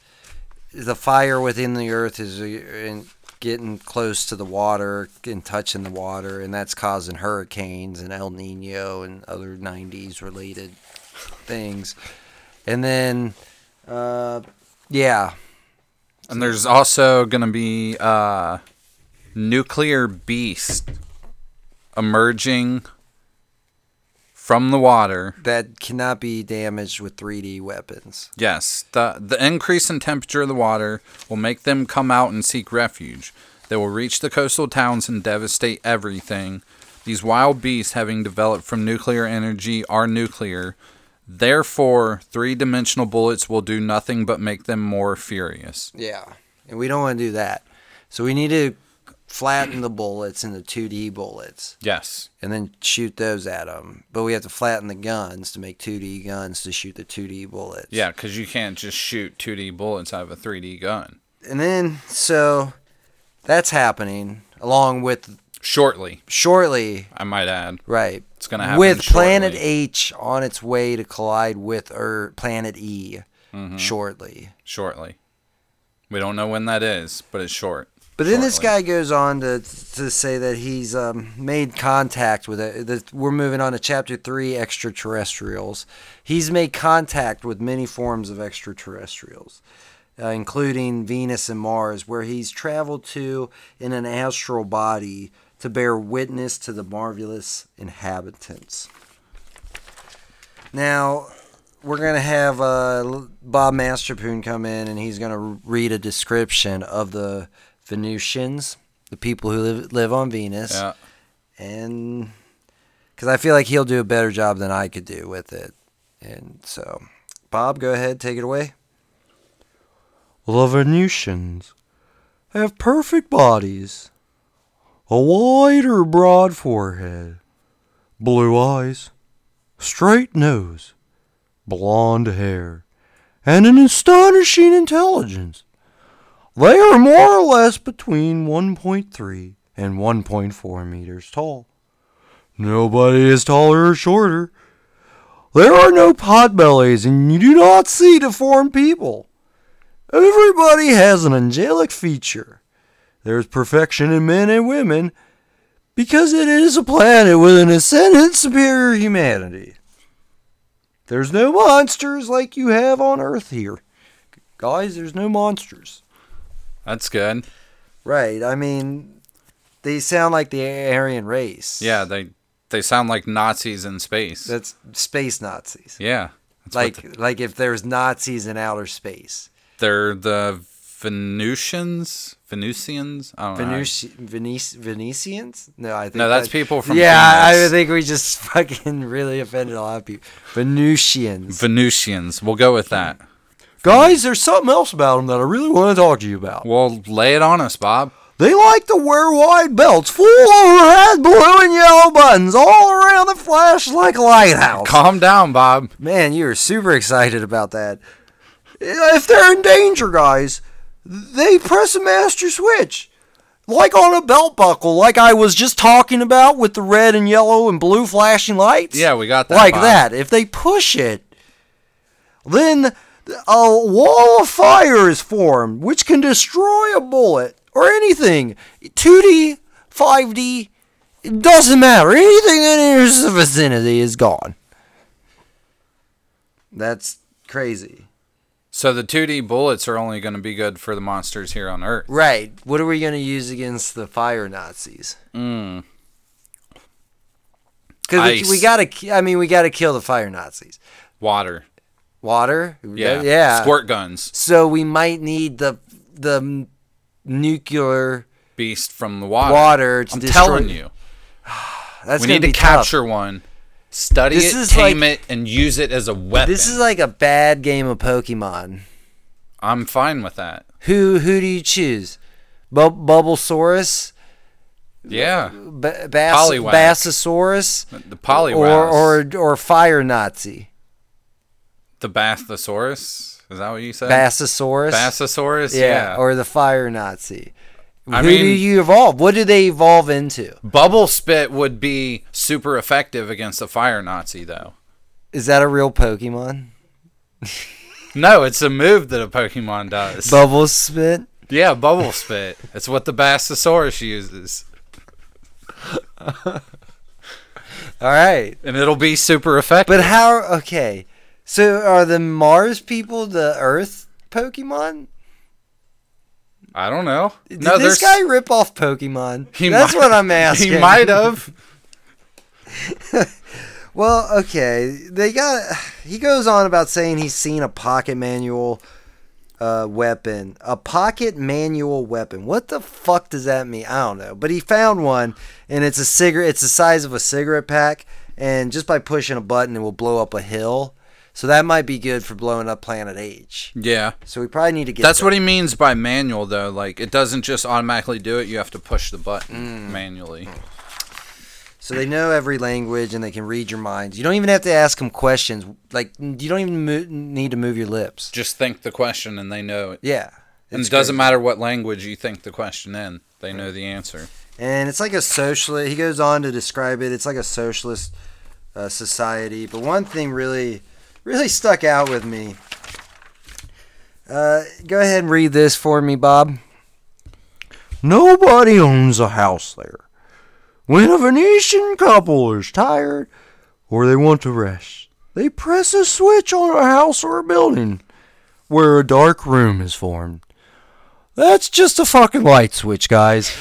Speaker 1: the fire within the Earth is uh, in, getting close to the water and touching the water, and that's causing hurricanes and El Nino and other 90s related things. And then, uh, yeah,
Speaker 2: And there's also gonna be uh, nuclear beast emerging from the water.
Speaker 1: that cannot be damaged with 3D weapons.
Speaker 2: Yes, the the increase in temperature of the water will make them come out and seek refuge. They will reach the coastal towns and devastate everything. These wild beasts, having developed from nuclear energy, are nuclear. Therefore, three-dimensional bullets will do nothing but make them more furious.
Speaker 1: Yeah, and we don't want to do that. So we need to flatten the bullets into 2D bullets
Speaker 2: Yes.
Speaker 1: and then shoot those at them. But we have to flatten the guns to make 2D guns to shoot the 2D bullets.
Speaker 2: Yeah, because you can't just shoot 2D bullets out of a 3D gun.
Speaker 1: And then, so that's happening along with
Speaker 2: Shortly,
Speaker 1: shortly.
Speaker 2: I might add.
Speaker 1: Right.
Speaker 2: It's going to happen
Speaker 1: with Planet
Speaker 2: shortly.
Speaker 1: H on its way to collide with Earth, Planet E
Speaker 2: Mm-hmm.
Speaker 1: shortly.
Speaker 2: Shortly. We don't know when that is, but it's short.
Speaker 1: But then this
Speaker 2: Shortly.
Speaker 1: guy goes on to to say that he's um, made contact with it. That we're moving on to chapter three, extraterrestrials. He's made contact with many forms of extraterrestrials, uh, including Venus and Mars, where he's traveled to in an astral body to bear witness to the marvelous inhabitants. Now, we're gonna have uh, Bob Masterpoon come in, and he's gonna read a description of the Venusians, the people who live live on Venus,
Speaker 2: Yeah.
Speaker 1: and because I feel like he'll do a better job than I could do with it, and so Bob, go ahead, take it away. The Venusians have perfect bodies, a wide or broad forehead, blue eyes, straight nose blonde hair, and an astonishing intelligence. They are more or less between 1.3 and 1.4 meters tall. Nobody is taller or shorter. There are no potbellies, and you do not see deformed people. Everybody has an angelic feature. There is perfection in men and women because it is a planet with an ascendant superior humanity. There's no monsters like you have on Earth here. Guys, there's no monsters.
Speaker 2: That's good.
Speaker 1: Right. I mean, they sound like the Aryan race.
Speaker 2: Yeah, they they sound like Nazis in space.
Speaker 1: That's space Nazis.
Speaker 2: yeah. That's what
Speaker 1: like like if there's Nazis in outer space.
Speaker 2: They're the Venusians, Venusians. Oh, I don't know.
Speaker 1: Venus- Venice- Venetians? No, I think
Speaker 2: No, that's people from
Speaker 1: Yeah, I
Speaker 2: Venus.
Speaker 1: think we just fucking really offended a lot of people. Venusians.
Speaker 2: Venusians. We'll go with that.
Speaker 1: Hmm. Guys, there's something else about them that I really want to talk to you about.
Speaker 2: Well, lay it on us, Bob.
Speaker 1: They like to wear wide belts full overhead blue and yellow buttons all around that flash like a lighthouse.
Speaker 2: Calm down, Bob.
Speaker 1: Man, you were super excited about that. If they're in danger, guys, they press a master switch. Like on a belt buckle, like I was just talking about with the red and yellow and blue flashing lights.
Speaker 2: Yeah, we got that,
Speaker 1: Like
Speaker 2: Bob.
Speaker 1: that. If they push it, then a wall of fire is formed, which can destroy a bullet or anything. 2D, 5D, it doesn't matter. Anything in its vicinity is gone. That's crazy.
Speaker 2: So the 2D bullets are only going to be good for the monsters here on Earth.
Speaker 1: Right. What are we going to use against the fire Nazis?
Speaker 2: Mm.
Speaker 1: Because
Speaker 2: Ice.
Speaker 1: we, got to, I mean, we got to kill the fire Nazis.
Speaker 2: Water.
Speaker 1: Water?
Speaker 2: Yeah.
Speaker 1: Yeah.
Speaker 2: Squirt guns.
Speaker 1: So we might need the the nuclear
Speaker 2: Beast from the water.
Speaker 1: Water to
Speaker 2: I'm
Speaker 1: destroy-
Speaker 2: telling you.
Speaker 1: That's
Speaker 2: we
Speaker 1: gonna
Speaker 2: need to
Speaker 1: be tough.
Speaker 2: capture one, study
Speaker 1: This
Speaker 2: it,
Speaker 1: is
Speaker 2: tame it, and use it as a weapon.
Speaker 1: This is like a bad game of Pokemon.
Speaker 2: I'm fine with that.
Speaker 1: Who who do you choose? Bu- Bubblesaurus,
Speaker 2: Yeah.
Speaker 1: ba- Bass-
Speaker 2: Poliwag.
Speaker 1: Bassosaurus,
Speaker 2: The
Speaker 1: or
Speaker 2: polywrath.
Speaker 1: or or Fire Nazi,
Speaker 2: the Bathosaurus. Is that what you said?
Speaker 1: Bassosaurus,
Speaker 2: Bassosaurus?
Speaker 1: yeah,
Speaker 2: Yeah.
Speaker 1: or the Fire Nazi.
Speaker 2: I
Speaker 1: who do
Speaker 2: mean-
Speaker 1: you evolve? What do they evolve into?
Speaker 2: Bubble spit would be super effective against a fire Nazi, though.
Speaker 1: Is that a real Pokemon?
Speaker 2: No, it's a move that a Pokemon does.
Speaker 1: Bubble spit.
Speaker 2: yeah, bubble spit. It's what the Bassosaurus uses,
Speaker 1: All right.
Speaker 2: and it'll be super effective.
Speaker 1: But how? Okay, so are the Mars people the Earth Pokemon?
Speaker 2: I don't know.
Speaker 1: Did
Speaker 2: no,
Speaker 1: this
Speaker 2: there's
Speaker 1: guy rip off Pokemon?
Speaker 2: He
Speaker 1: That's
Speaker 2: might-
Speaker 1: what I'm asking.
Speaker 2: He might have.
Speaker 1: Well, okay, they got. He goes on about saying he's seen a pocket manual uh, weapon, a pocket manual weapon. What the fuck does that mean? I don't know. But he found one, and it's a cigarette. It's the size of a cigarette pack, and just by pushing a button, it will blow up a hill. So that might be good for blowing up Planet H.
Speaker 2: Yeah,
Speaker 1: So we probably need to get.
Speaker 2: that's
Speaker 1: that.
Speaker 2: what he means by manual, though. Like it doesn't just automatically do it. You have to push the
Speaker 1: Mm.
Speaker 2: button manually.
Speaker 1: So they know every language and they can read your minds. You don't even have to ask them questions. Like you don't even mo- need to move your lips.
Speaker 2: Just think the question, and they know it.
Speaker 1: Yeah.
Speaker 2: And
Speaker 1: It's
Speaker 2: it doesn't
Speaker 1: crazy.
Speaker 2: matter what language you think the question in, they know the answer.
Speaker 1: And it's like a socialist. He goes on to describe it. It's like a socialist uh, society. But one thing really, really stuck out with me. Uh, go ahead and read this for me, Bob. Nobody owns a house there. When a Venetian couple is tired or they want to rest, they press a switch on a house or a building where a dark room is formed. That's just a fucking light switch, guys.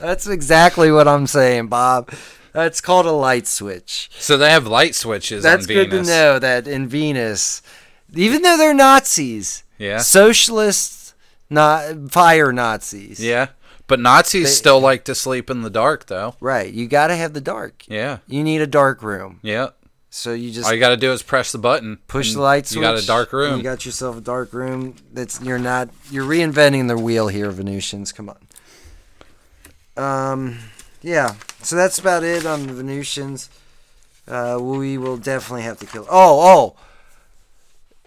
Speaker 1: That's exactly what I'm saying, Bob. That's called a light switch.
Speaker 2: So they have light switches
Speaker 1: That's
Speaker 2: on Venus.
Speaker 1: good to know that in Venus, even though they're Nazis,
Speaker 2: Yeah.
Speaker 1: socialists, not fire Nazis.
Speaker 2: Yeah. But Nazis
Speaker 1: They-
Speaker 2: still like to sleep in the dark though.
Speaker 1: Right. You got to have the dark.
Speaker 2: Yeah.
Speaker 1: You need a dark room.
Speaker 2: Yeah.
Speaker 1: So you just
Speaker 2: All you got to do is press the button.
Speaker 1: push
Speaker 2: and
Speaker 1: the light switch.
Speaker 2: You got a dark
Speaker 1: and
Speaker 2: room.
Speaker 1: You got yourself a dark room. That's you're not you're reinventing the wheel here, Venusians. Come on. Um, yeah. So that's about it on the Venusians. Uh, we will definitely have to kill. Oh, oh.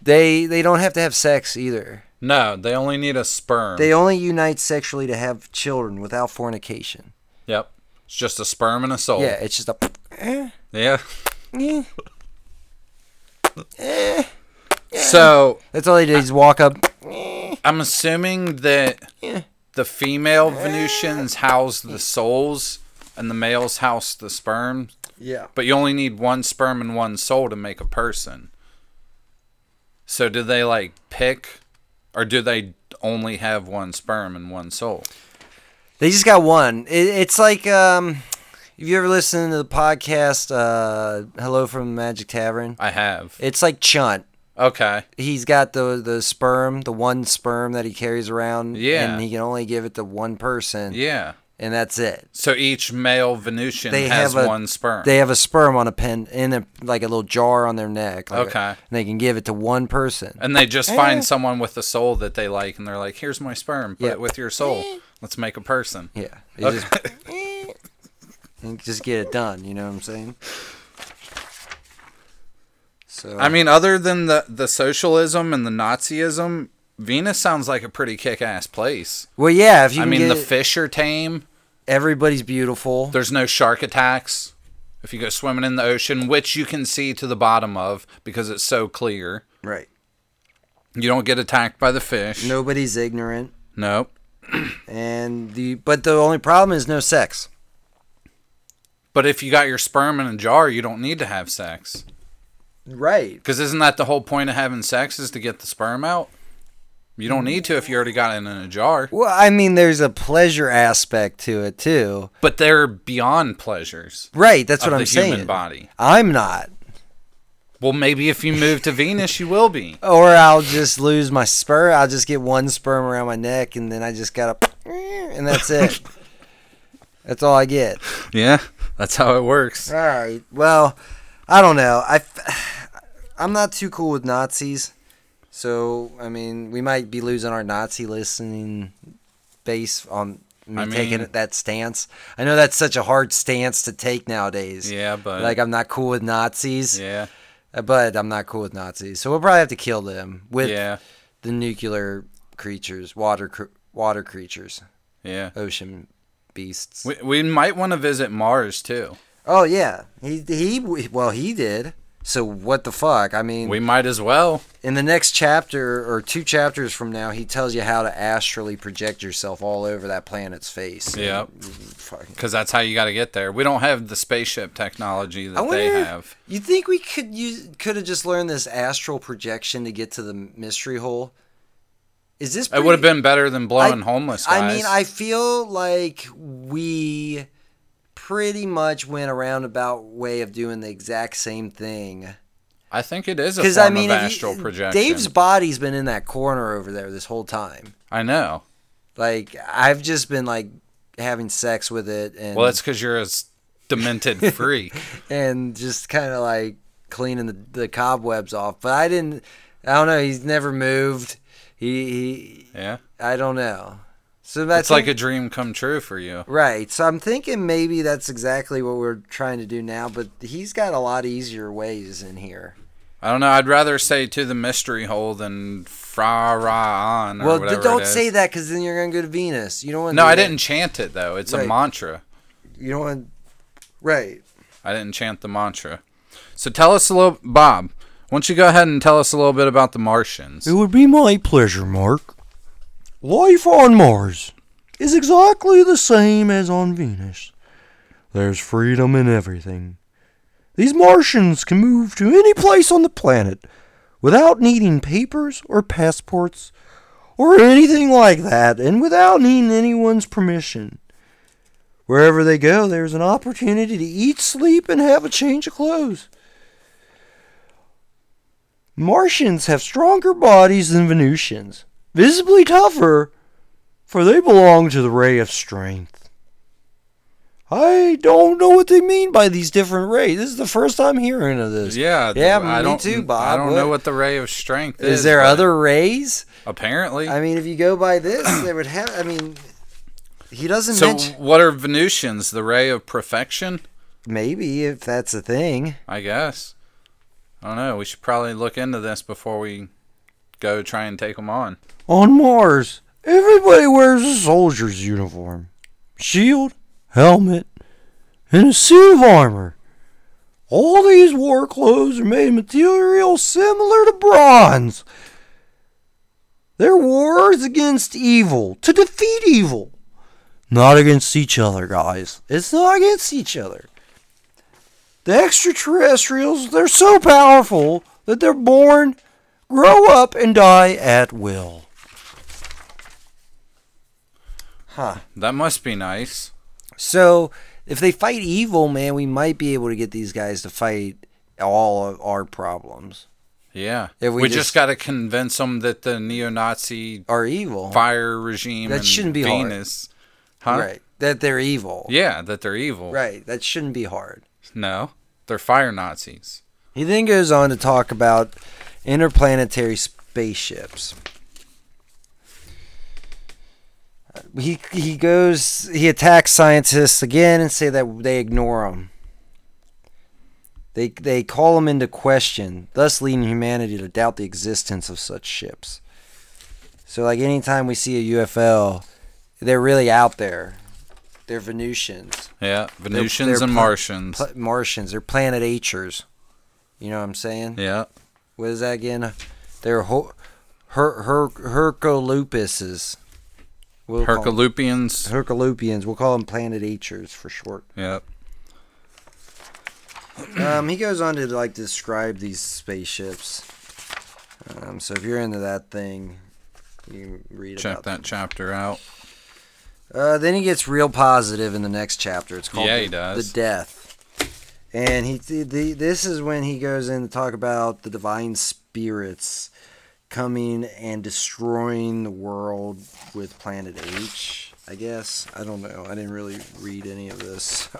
Speaker 1: They they don't have to have sex either.
Speaker 2: no, they only need a sperm.
Speaker 1: They only unite sexually to have children without fornication.
Speaker 2: yep. It's just a sperm and a soul.
Speaker 1: Yeah, it's just a. eh,
Speaker 2: Yeah.
Speaker 1: eh.
Speaker 2: So
Speaker 1: That's all they do. Is walk up. eh.
Speaker 2: I'm assuming that
Speaker 1: Yeah.
Speaker 2: the female Venusians house the souls and the males house the sperm,
Speaker 1: Yeah.
Speaker 2: but you only need one sperm and one soul to make a person. So do they like pick or do they only have one sperm and one soul?
Speaker 1: They just got one. It, it's like um, if you ever listen to the podcast uh, "Hello from the Magic Tavern,"
Speaker 2: I have.
Speaker 1: it's like Chunt.
Speaker 2: Okay.
Speaker 1: He's got the the sperm, the one sperm that he carries around.
Speaker 2: Yeah.
Speaker 1: and he can only give it to one person,
Speaker 2: Yeah.
Speaker 1: and that's it.
Speaker 2: So each male Venusian
Speaker 1: They
Speaker 2: has
Speaker 1: have a-
Speaker 2: one sperm.
Speaker 1: They have a sperm on a pen in a like a little jar on their neck. like a-
Speaker 2: Okay. Uh,
Speaker 1: and they can give it to one person.
Speaker 2: and they just find someone with a soul that they like, and they're like, "Here's my sperm, put
Speaker 1: Yeah.
Speaker 2: it with your soul. Let's make a person."
Speaker 1: Yeah, they
Speaker 2: Okay.
Speaker 1: just and just get it done. You know what I'm saying? So
Speaker 2: I mean, other than the the socialism and the Nazism, Venus sounds like a pretty kick ass place.
Speaker 1: well, yeah. If you
Speaker 2: I
Speaker 1: can
Speaker 2: mean,
Speaker 1: get
Speaker 2: the
Speaker 1: it-
Speaker 2: fish are tame.
Speaker 1: everybody's beautiful.
Speaker 2: There's no shark attacks. If you go swimming in the ocean, which you can see to the bottom of because it's so clear,
Speaker 1: Right.
Speaker 2: you don't get attacked by the fish.
Speaker 1: Nobody's ignorant,
Speaker 2: Nope.
Speaker 1: and the but the only problem is no sex.
Speaker 2: But if you got your sperm in a jar, you don't need to have sex.
Speaker 1: Right.
Speaker 2: Because isn't that the whole point of having sex is to get the sperm out? You don't need to if you already got it in a jar.
Speaker 1: Well, I mean, there's a pleasure aspect to it too.
Speaker 2: But they're beyond pleasures.
Speaker 1: Right. That's
Speaker 2: Of
Speaker 1: what
Speaker 2: the
Speaker 1: I'm saying.
Speaker 2: human body.
Speaker 1: I'm not,
Speaker 2: Well, maybe if you move to Venus, you will be.
Speaker 1: or I'll just lose my sperm. I'll just get one sperm around my neck, and then I just gotta, and that's it. that's all I get.
Speaker 2: Yeah, that's how it works.
Speaker 1: All right. Well, I don't know. I am not too cool with Nazis, so I mean, we might be losing our Nazi listening base on me
Speaker 2: I
Speaker 1: taking
Speaker 2: mean-
Speaker 1: that stance. I know that's such a hard stance to take nowadays.
Speaker 2: Yeah, but
Speaker 1: Like I'm not cool with Nazis, uh,
Speaker 2: yeah,
Speaker 1: but I'm not cool with Nazis, so we'll probably have to kill them with
Speaker 2: yeah,
Speaker 1: the nuclear creatures, water cr- water creatures,
Speaker 2: yeah.
Speaker 1: ocean beasts.
Speaker 2: We, we might want to visit Mars too.
Speaker 1: Oh yeah, he he well he did. So what the fuck? I mean,
Speaker 2: We might as well.
Speaker 1: in the next chapter or two chapters from now, he tells you how to astrally project yourself all over that planet's face.
Speaker 2: Yeah.
Speaker 1: Fucking-
Speaker 2: Because that's how you got to get there. We don't have the spaceship technology that
Speaker 1: I
Speaker 2: they
Speaker 1: wonder-
Speaker 2: have.
Speaker 1: You think we could use could have just learned this astral projection to get to the mystery hole? Is this
Speaker 2: It would have been better than blowing homeless guys.
Speaker 1: I mean, I feel like we pretty much went a roundabout way of doing the exact same thing.
Speaker 2: I think it is a
Speaker 1: Because
Speaker 2: form
Speaker 1: I mean,
Speaker 2: of
Speaker 1: if you-
Speaker 2: astral projection.
Speaker 1: Dave's body's been in that corner over there this whole time.
Speaker 2: I know.
Speaker 1: Like I've just been like having sex with it and
Speaker 2: Well, that's because you're a s- demented freak.
Speaker 1: and just kind of like cleaning the, the cobwebs off. But I didn't. I don't know. He's never moved. He. he
Speaker 2: Yeah,
Speaker 1: I don't know. So that's
Speaker 2: it's like a dream come true for you.
Speaker 1: right. So I'm thinking maybe that's exactly what we're trying to do now. But he's got a lot easier ways in here.
Speaker 2: I don't know. I'd rather say to the mystery hole than fra ra on. Or
Speaker 1: well, d-
Speaker 2: whatever
Speaker 1: don't
Speaker 2: it is.
Speaker 1: say that because then you're gonna go to Venus. You don't want.
Speaker 2: No, I didn't chant it though. It's
Speaker 1: Right.
Speaker 2: a mantra.
Speaker 1: You don't want. Right.
Speaker 2: I didn't chant the mantra. So tell us a little, Bob. Why don't you go ahead and tell us a little bit about the Martians?
Speaker 1: would be my pleasure, Mark. Life on Mars is exactly the same as on Venus. There's freedom in everything. These Martians can move to any place on the planet without needing papers or passports or anything like that and without needing anyone's permission. Wherever they go, there's an opportunity to eat, sleep, and have a change of clothes. Martians have stronger bodies than Venusians, visibly tougher, for they belong to the ray of strength. I don't know what they mean by these different rays. This is the first time hearing of this.
Speaker 2: Yeah, th-
Speaker 1: yeah,
Speaker 2: I
Speaker 1: me
Speaker 2: don't,
Speaker 1: too, Bob.
Speaker 2: I don't know
Speaker 1: What-
Speaker 2: what the ray of strength is.
Speaker 1: Is there
Speaker 2: but
Speaker 1: other rays?
Speaker 2: Apparently.
Speaker 1: I mean, if you go by this, they would have. I mean, he doesn't
Speaker 2: so
Speaker 1: mention
Speaker 2: what are Venusians? The ray of perfection,
Speaker 1: maybe if that's a thing.
Speaker 2: I guess. I don't know. We should probably look into this before we go try and take them on.
Speaker 1: On Mars, everybody wears a soldier's uniform shield, helmet, and a suit of armor. All these war clothes are made of material similar to bronze. Their war is against evil, to defeat evil. Not against each other, guys. It's not against each other. The extraterrestrials, they're so powerful that they're born, grow up, and die at will. Huh.
Speaker 2: That must be nice.
Speaker 1: So if they fight evil, man, we might be able to get these guys to fight all of our problems.
Speaker 2: Yeah.
Speaker 1: Yeah, we
Speaker 2: we, just,
Speaker 1: just-
Speaker 2: got to convince them that the neo-Nazi
Speaker 1: Are evil.
Speaker 2: fire regime
Speaker 1: That
Speaker 2: and
Speaker 1: shouldn't be hard.
Speaker 2: Venus, huh?
Speaker 1: Right. That they're evil.
Speaker 2: Yeah, that they're evil.
Speaker 1: Right. That shouldn't be hard.
Speaker 2: No, they're fire Nazis.
Speaker 1: He then goes on to talk about interplanetary spaceships. He he goes he attacks scientists again and say that they ignore him. They they call him into question, thus leading humanity to doubt the existence of such ships. So like anytime we see a UFO, they're really out there. They're Venusians,
Speaker 2: Yeah, Venusians
Speaker 1: they're
Speaker 2: and
Speaker 1: pla-
Speaker 2: Martians.
Speaker 1: pla- Martians, they're planet H'ers. You know what I'm saying?
Speaker 2: yeah,
Speaker 1: what is that again? They're ho- her her Hercolupuses. We'll call 'em-
Speaker 2: Herculupians.
Speaker 1: Hercolupians. We'll call them Planet H'ers for short.
Speaker 2: Yeah,
Speaker 1: um, he goes on to like describe these spaceships. Um, so if you're into that thing, you can read
Speaker 2: check
Speaker 1: about
Speaker 2: that chapter out.
Speaker 1: Uh, then he gets real positive in the next chapter. It's called
Speaker 2: Yeah,
Speaker 1: the,
Speaker 2: he does.
Speaker 1: the death, and he the, the, this is when he goes in to talk about the divine spirits coming and destroying the world with Planet H. I guess I don't know. I didn't really read any of this.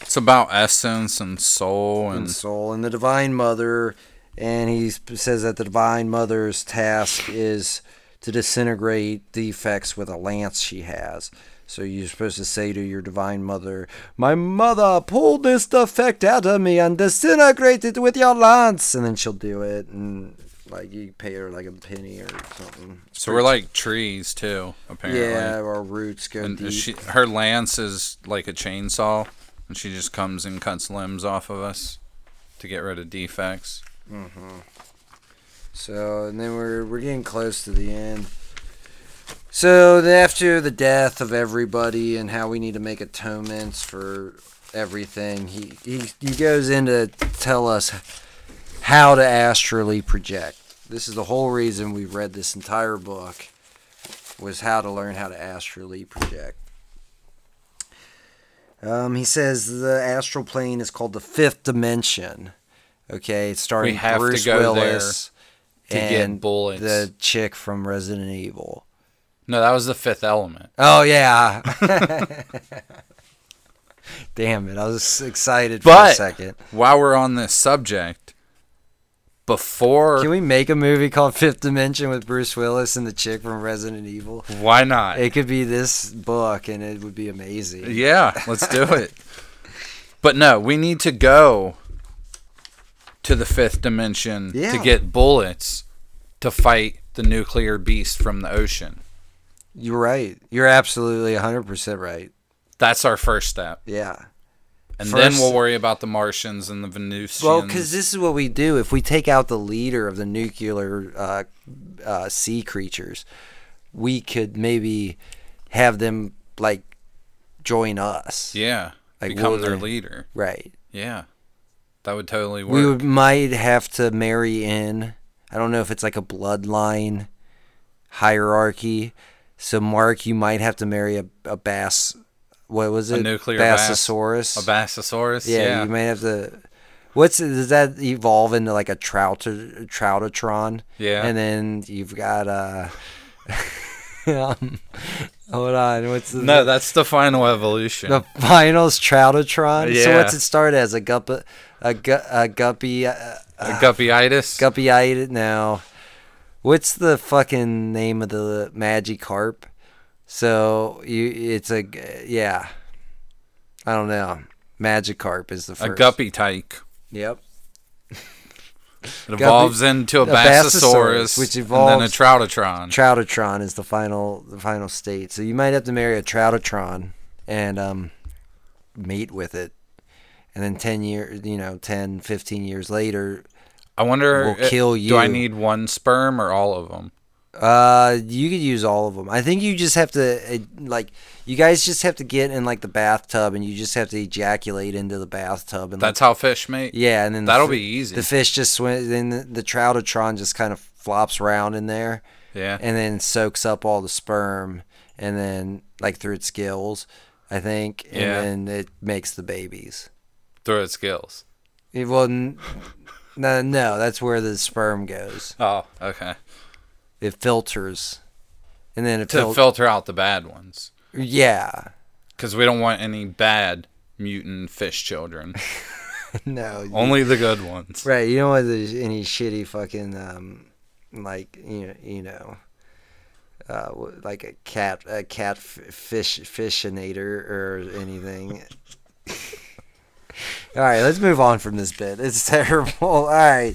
Speaker 2: It's about essence and soul
Speaker 1: and
Speaker 2: and
Speaker 1: soul and the divine mother and he sp- says that the divine mother's task is to disintegrate defects with a lance she has so you're supposed to say to your divine mother my mother pull this defect out of me and disintegrate it with your lance and then she'll do it and like you pay her like a penny or something It's
Speaker 2: so
Speaker 1: pretty-
Speaker 2: we're like trees too. Apparently,
Speaker 1: yeah our roots go
Speaker 2: and
Speaker 1: deep
Speaker 2: she, her lance is like a chainsaw, and she just comes and cuts limbs off of us to get rid of defects.
Speaker 1: So, and then we're we're getting close to the end. So, then after the death of everybody and how we need to make atonements for everything, he he, he goes in to tell us how to astrally project. This is the whole reason we read this entire book was how to learn how to astrally project. Um, he says the astral plane is called the fifth dimension. Okay, it's starting
Speaker 2: have to
Speaker 1: Bruce
Speaker 2: go there
Speaker 1: Willis
Speaker 2: to get
Speaker 1: and
Speaker 2: bullets.
Speaker 1: the chick from Resident Evil.
Speaker 2: No, that was the fifth element.
Speaker 1: Oh yeah. Damn it! I was excited for a
Speaker 2: But-
Speaker 1: second.
Speaker 2: While we're on this subject, before
Speaker 1: Can we make a movie called Fifth Dimension with Bruce Willis and the chick from Resident Evil?
Speaker 2: why not?
Speaker 1: It could be this book, and it would be amazing.
Speaker 2: Yeah, let's do it. But no, we need to go to the fifth dimension
Speaker 1: Yeah.
Speaker 2: to get bullets to fight the nuclear beast from the ocean.
Speaker 1: You're right. You're absolutely 100% right.
Speaker 2: That's our first step.
Speaker 1: Yeah.
Speaker 2: And then
Speaker 1: First-
Speaker 2: we'll worry about the Martians and the Venusians.
Speaker 1: Well, because this is what we do. If we take out the leader of the nuclear uh, uh, sea creatures, we could maybe have them like join us.
Speaker 2: yeah,
Speaker 1: Like,
Speaker 2: become
Speaker 1: we'll-
Speaker 2: their leader.
Speaker 1: Right.
Speaker 2: Yeah, that would totally work.
Speaker 1: We would, might have to marry in. I don't know if it's like a bloodline hierarchy. So, Mark, you might have to marry a, a bass. What was it?
Speaker 2: nuclear bass.
Speaker 1: Bassosaurus.
Speaker 2: a Bassosaurus.
Speaker 1: Yeah,
Speaker 2: Yeah,
Speaker 1: you may have to. What's does that evolve into like a trout troutatron?
Speaker 2: Yeah.
Speaker 1: and then you've got uh. um, hold on, what's the,
Speaker 2: no, that's the final evolution.
Speaker 1: the finals troutatron? So
Speaker 2: Yeah.
Speaker 1: what's it start as a gup a, gu- a guppy uh,
Speaker 2: A guppyitis.
Speaker 1: guppy eyed now? What's the fucking name of the magic carp? So you it's a g- yeah, I don't know. Magikarp is the
Speaker 2: a
Speaker 1: first.
Speaker 2: guppy tyke.
Speaker 1: Yep.
Speaker 2: It evolves into a, Bassosaurus,
Speaker 1: Bassosaurus, which
Speaker 2: and then a
Speaker 1: evolves-
Speaker 2: Troutatron.
Speaker 1: Troutatron is the final the final state. So you might have to marry a Troutatron and um, mate with it. And then 10 years, you know, 10, 15 years later,
Speaker 2: I wonder. uh,
Speaker 1: will kill
Speaker 2: Do I
Speaker 1: you.
Speaker 2: need one sperm or all of them?
Speaker 1: uh, you could use all of them. I think you just have to, uh, like, you guys just have to get in, like, the bathtub and you just have to ejaculate into the bathtub. And, like,
Speaker 2: That's how fish mate.
Speaker 1: yeah, and then the
Speaker 2: That'll
Speaker 1: fi-
Speaker 2: be easy.
Speaker 1: The fish just swim, then the, the Troutatron just kind of flops around in there.
Speaker 2: yeah.
Speaker 1: and then soaks up all the sperm and then like through its gills i think and
Speaker 2: Yeah.
Speaker 1: then it makes the babies
Speaker 2: Through its gills.
Speaker 1: it well n- no no that's where the sperm goes
Speaker 2: Oh, okay.
Speaker 1: it filters and then it
Speaker 2: To
Speaker 1: fil-
Speaker 2: filter out the bad ones,
Speaker 1: yeah
Speaker 2: because we don't want any bad mutant fish children.
Speaker 1: no
Speaker 2: Only the good ones.
Speaker 1: right you don't want there's any shitty fucking um like you know you know uh, w- like a cat, a cat f- fish, fishinator or anything. All right, let's move on from this bit. It's terrible. All right.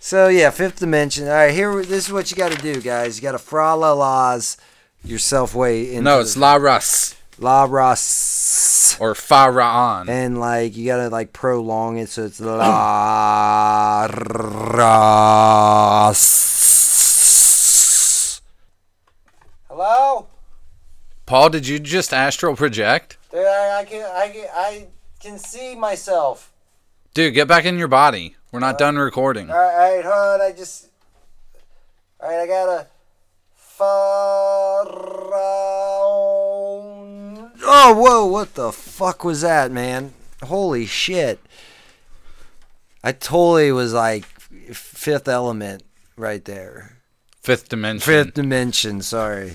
Speaker 1: So yeah, fifth dimension. All right, here we- this is what you got to do, guys. You got to fra la la's yourself way into
Speaker 2: No, it's La Ras
Speaker 1: la ras,
Speaker 2: or Faraan.
Speaker 1: and like you got to like prolong it so it's la ras. Hello.
Speaker 2: Paul, did you just astral project?
Speaker 1: Dude, I, I can I can I can see myself.
Speaker 2: Dude, get back in your body. We're
Speaker 1: Uh,
Speaker 2: not done recording.
Speaker 1: All right, all right, hold on. I just. All right, I gotta. Pharaoh. Oh, whoa! What the fuck was that, man? Holy shit! I totally was like fifth element right there.
Speaker 2: Fifth dimension.
Speaker 1: Fifth dimension. Sorry.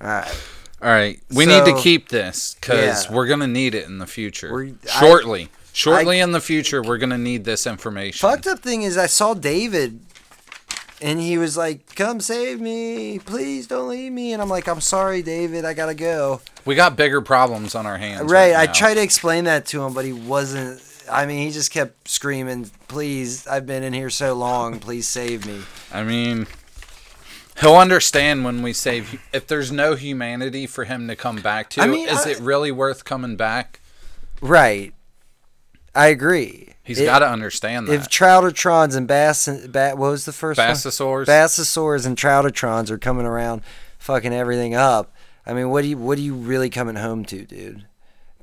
Speaker 1: All right.
Speaker 2: All right, we need to
Speaker 1: So-
Speaker 2: keep this because
Speaker 1: Yeah.
Speaker 2: we're gonna need it in the future.
Speaker 1: We're- I-
Speaker 2: shortly, shortly in the future, we're gonna need this information.
Speaker 1: fucked up thing is I saw David and he was like, Come save me, please don't leave me and I'm like, I'm sorry, David, I gotta go.
Speaker 2: We got bigger problems on our hands.
Speaker 1: Right. I
Speaker 2: now.
Speaker 1: tried to explain that to him, but he wasn't I mean, he just kept screaming, Please, I've been in here so long, please save me.
Speaker 2: I mean, he'll understand when we save. hu- If there's no humanity for him to come back to,
Speaker 1: I mean,
Speaker 2: is
Speaker 1: I-
Speaker 2: it really worth coming back?
Speaker 1: Right. I agree.
Speaker 2: He's
Speaker 1: It-
Speaker 2: got to understand that.
Speaker 1: if Troutotrons and Bass and Bat what was the first one?
Speaker 2: Bassosaurus.
Speaker 1: Bassosaurs and Troutotrons are coming around, fucking everything up. I mean, what do you what are you really coming home to, dude?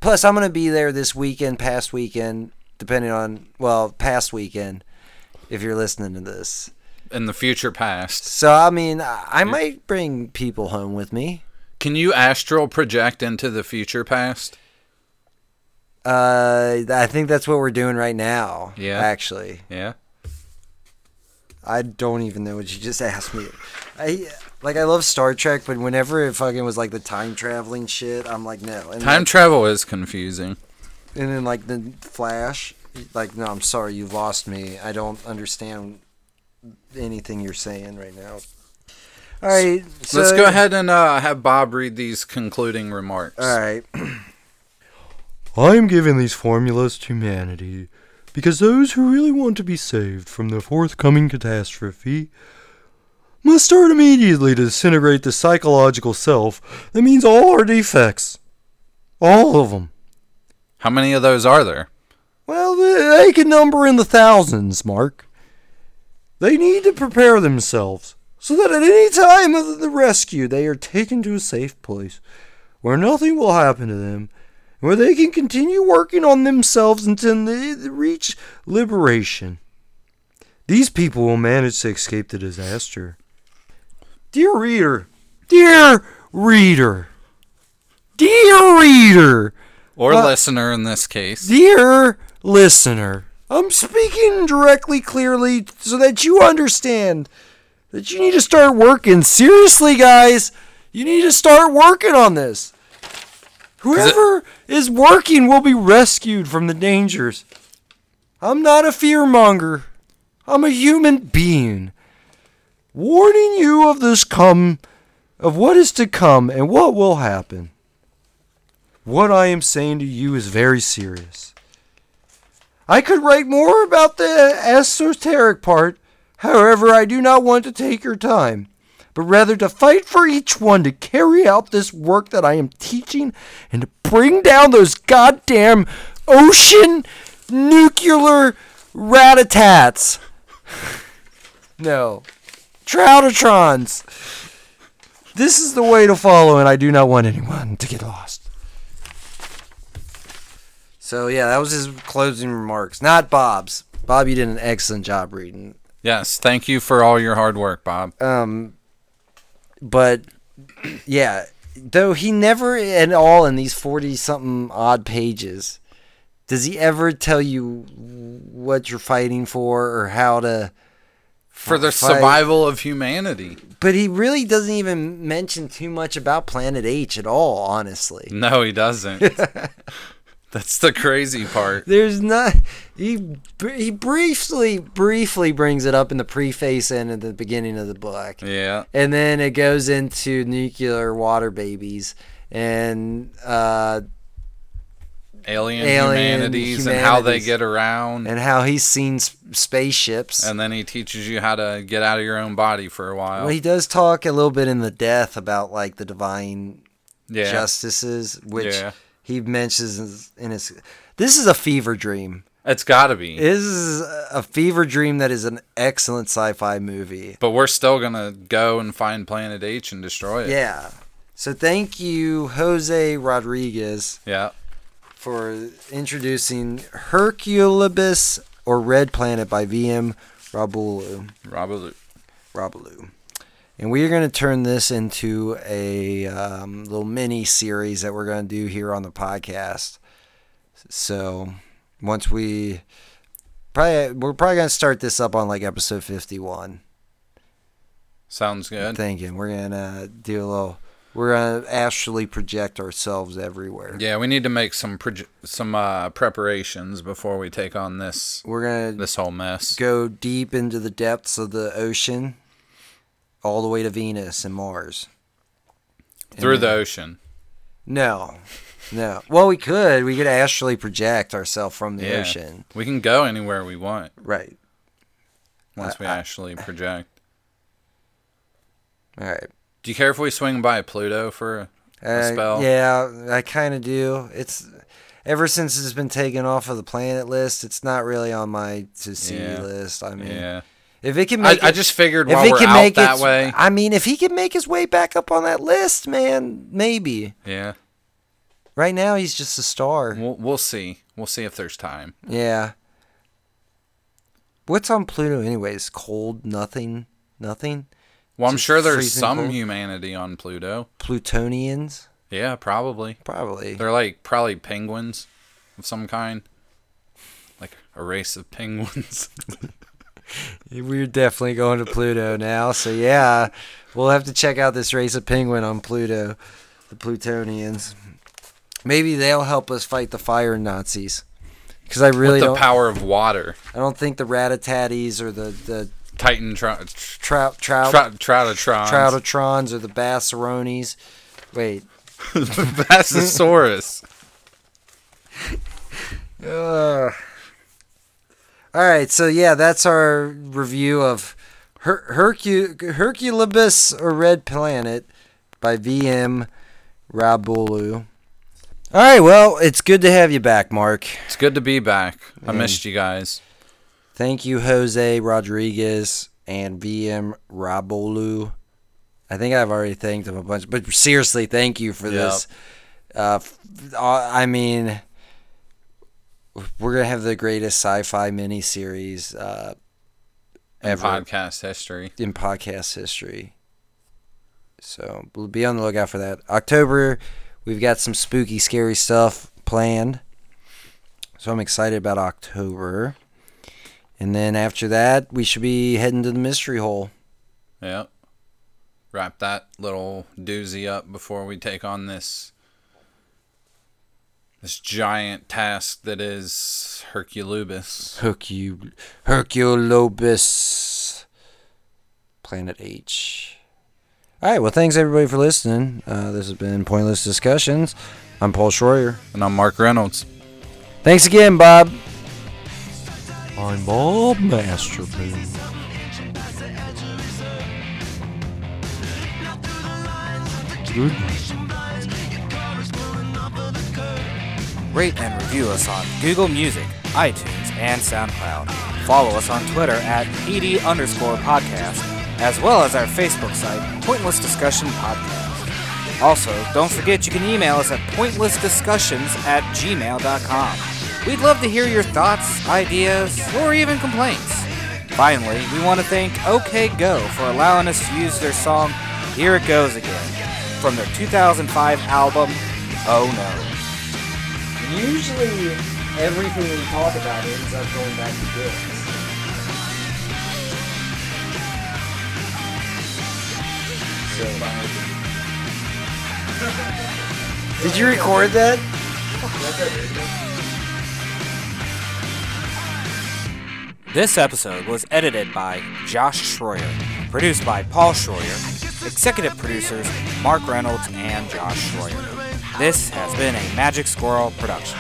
Speaker 1: Plus, I'm gonna be there this weekend, past weekend, depending on well, past weekend, if you're listening to this.
Speaker 2: in the future past,
Speaker 1: So, I mean, I, I might bring people home with me.
Speaker 2: can you astral project into the future past?
Speaker 1: Uh, I think that's what we're doing right now.
Speaker 2: Yeah.
Speaker 1: actually,
Speaker 2: Yeah.
Speaker 1: I don't even know what you just asked me. I like I love Star Trek, but whenever it fucking was like the time traveling shit, I'm like no. And
Speaker 2: Time travel is confusing.
Speaker 1: and then like the flash like no i'm sorry you lost me i don't understand anything you're saying right now all right so,
Speaker 2: Let's go ahead and uh, have Bob read these concluding remarks.
Speaker 1: all right
Speaker 3: I am giving these formulas to humanity because those who really want to be saved from the forthcoming catastrophe must start immediately to disintegrate the psychological self. That means all our defects. All of them.
Speaker 2: How many of those are there?
Speaker 3: Well, they they can number in the thousands, Mark. They need to prepare themselves so that at any time of the rescue they are taken to a safe place where nothing will happen to them, and where they can continue working on themselves until they reach liberation. These people will manage to escape the disaster. Dear reader, dear reader, dear reader.
Speaker 2: Or
Speaker 3: Well-
Speaker 2: listener in this case.
Speaker 3: Dear listener, I'm speaking directly, clearly, so that you understand that you need to start working. Seriously, guys, you need to start working on this. Whoever is working will be rescued from the dangers. I'm not a fearmonger, I'm a human being. Warning you of this come, of what is to come and what will happen. What I am saying to you is very serious. I could write more about the esoteric part, however, I do not want to take your time, but rather to fight for each one to carry out this work that I am teaching and to bring down those goddamn ocean nuclear ratatats. no. Troutotrons. This is the way to follow, and I do not want anyone to get lost.
Speaker 1: So yeah, that was his closing remarks. Not Bob's. Bob, you did an excellent job reading.
Speaker 2: Yes, thank you for all your hard work, Bob.
Speaker 1: Um, but yeah, though he never at all in these forty something odd pages does he ever tell you what you're fighting for or how to.
Speaker 2: For the
Speaker 1: fight-
Speaker 2: survival of humanity.
Speaker 1: But he really doesn't even mention too much about Planet H at all. Honestly,
Speaker 2: No, he doesn't. That's the crazy part.
Speaker 1: There's not he br- he briefly briefly brings it up in the preface and at the beginning of the book.
Speaker 2: Yeah.
Speaker 1: And then it goes into nuclear water babies and uh
Speaker 2: Alien,
Speaker 1: Alien
Speaker 2: humanities, and how they
Speaker 1: humanities.
Speaker 2: get around.
Speaker 1: and how he's seen s- spaceships.
Speaker 2: And then he teaches you how to get out of your own body for a while.
Speaker 1: well, he does talk a little bit in the death about like the divine
Speaker 2: yeah.
Speaker 1: justices which
Speaker 2: Yeah.
Speaker 1: he mentions in his This is a fever dream.
Speaker 2: it's got to be.
Speaker 1: This is a fever dream that is an excellent sci-fi movie.
Speaker 2: but we're still going to go and find Planet H and destroy it.
Speaker 1: Yeah. So thank you, Jose Rodriguez,
Speaker 2: Yeah.
Speaker 1: for introducing Herculibus or Red Planet by VM Rabulu.
Speaker 2: Robert.
Speaker 1: Rabulu. And we are going to turn this into a um, little mini series that we're going to do here on the podcast. So once we probably we're probably going to start this up on like episode 51
Speaker 2: Sounds good.
Speaker 1: thinking we're going to do a little we're going to actually project ourselves everywhere
Speaker 2: Yeah, we need to make some proje- some uh, preparations before we take on this
Speaker 1: We're gonna
Speaker 2: this whole mess.
Speaker 1: go deep into the depths of the ocean, all the way to Venus and Mars.
Speaker 2: Through the ocean.
Speaker 1: No, no. Well, we could. We could actually project ourselves from the
Speaker 2: Yeah.
Speaker 1: ocean.
Speaker 2: We can go anywhere we want
Speaker 1: Right.
Speaker 2: once we actually project.
Speaker 1: All right.
Speaker 2: Do you care if we swing by Pluto for a
Speaker 1: Uh,
Speaker 2: spell?
Speaker 1: Yeah, I kind of do. It's ever since it's been taken off of the planet list. It's not really on my to see
Speaker 2: Yeah.
Speaker 1: list. I mean,
Speaker 2: Yeah.
Speaker 1: if it can
Speaker 2: I,
Speaker 1: make,
Speaker 2: I
Speaker 1: it-
Speaker 2: just figured
Speaker 1: if
Speaker 2: while
Speaker 1: it
Speaker 2: we're
Speaker 1: can
Speaker 2: out
Speaker 1: make
Speaker 2: that
Speaker 1: its-
Speaker 2: way.
Speaker 1: I mean, if he can make his way back up on that list, man, maybe.
Speaker 2: Yeah.
Speaker 1: Right now, he's just a star.
Speaker 2: We'll, we'll see. We'll see if there's time.
Speaker 1: Yeah. What's on Pluto anyways? Cold, nothing, nothing.
Speaker 2: Well, I'm
Speaker 1: Just
Speaker 2: sure there's
Speaker 1: freezing
Speaker 2: some
Speaker 1: cold.
Speaker 2: humanity on Pluto.
Speaker 1: Plutonians,
Speaker 2: Yeah, probably.
Speaker 1: probably.
Speaker 2: They're like probably penguins of some kind. Like a race of penguins.
Speaker 1: We're definitely going to Pluto now, so yeah, we'll have to check out this race of penguin on Pluto, the Plutonians. Maybe they'll help us fight the fire Nazis. Because I really
Speaker 2: the
Speaker 1: don't.
Speaker 2: power of water.
Speaker 1: I don't think the Ratatatis or the the
Speaker 2: Titan trout tr-
Speaker 1: trout trout
Speaker 2: trout troutotrons.
Speaker 1: troutotrons or the Bassaronis. Wait,
Speaker 2: Bassosaurus.
Speaker 1: Ugh. All right, so yeah, that's our review of Her- Hercu- Herculibus or Red Planet by VM Rabulu. All right, well, it's good to have you back, Mark.
Speaker 2: It's good to be back. I missed you guys.
Speaker 1: Thank you, Jose Rodriguez and VM Rabolu. I think I've already thanked him a bunch, but seriously, thank you for
Speaker 2: Yep.
Speaker 1: this. Uh, f- uh, I mean, we're gonna have the greatest sci-fi miniseries uh,
Speaker 2: in
Speaker 1: ever
Speaker 2: podcast history.
Speaker 1: in podcast history. So we'll be on the lookout for that. October, we've got some spooky, scary stuff planned. So I'm excited about October. And then after that, we should be heading to the mystery hole.
Speaker 2: Yep. Wrap that little doozy up before we take on this this giant task that is Herculubus.
Speaker 1: Hercu- Herculobus, Planet H. All right. Well, thanks everybody for listening. Uh, this has been Pointless Discussions. I'm Paul Schroyer.
Speaker 2: And I'm Mark Reynolds.
Speaker 1: Thanks again, Bob.
Speaker 3: I'm Bob Masterman. Good night.
Speaker 4: Rate and review us on Google Music, iTunes, and SoundCloud. Follow us on Twitter at PD underscore podcast, as well as our Facebook site, Pointless Discussion Podcast. Also, don't forget you can email us at pointlessdiscussions at gmail.com. We'd love to hear your thoughts, ideas, or even complaints. Finally, we want to thank OK Go for allowing us to use their song Here It Goes Again from their 2005 album, Oh No.
Speaker 1: Usually, everything we talk about ends up going back to this. Did you record that?
Speaker 4: This episode was edited by Josh Schroyer, produced by Paul Schroyer, executive producers Mark Reynolds and Josh Schroyer. This has been a Magic Squirrel production.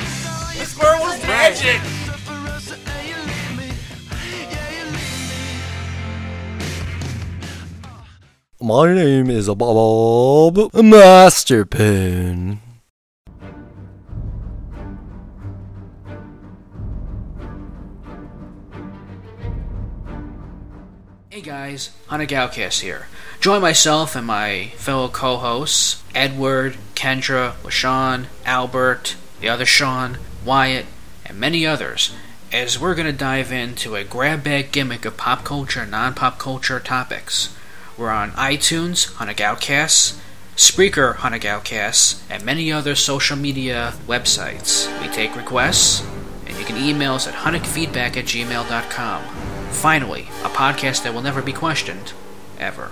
Speaker 3: My name is Bob Masterpin.
Speaker 5: Hey guys, Hunter Galcast here. Join myself and my fellow co-hosts, Edward, Kendra, LaShawn, Albert, the other Sean, Wyatt, and many others, as we're gonna dive into a grab bag gimmick of pop culture and non-pop culture topics. We're on iTunes, Hunter Galcast, Spreaker, Hunter Galcast, and many other social media websites. We take requests, and you can email us at hunnickfeedback at gmail.com. Finally, a podcast that will never be questioned, ever.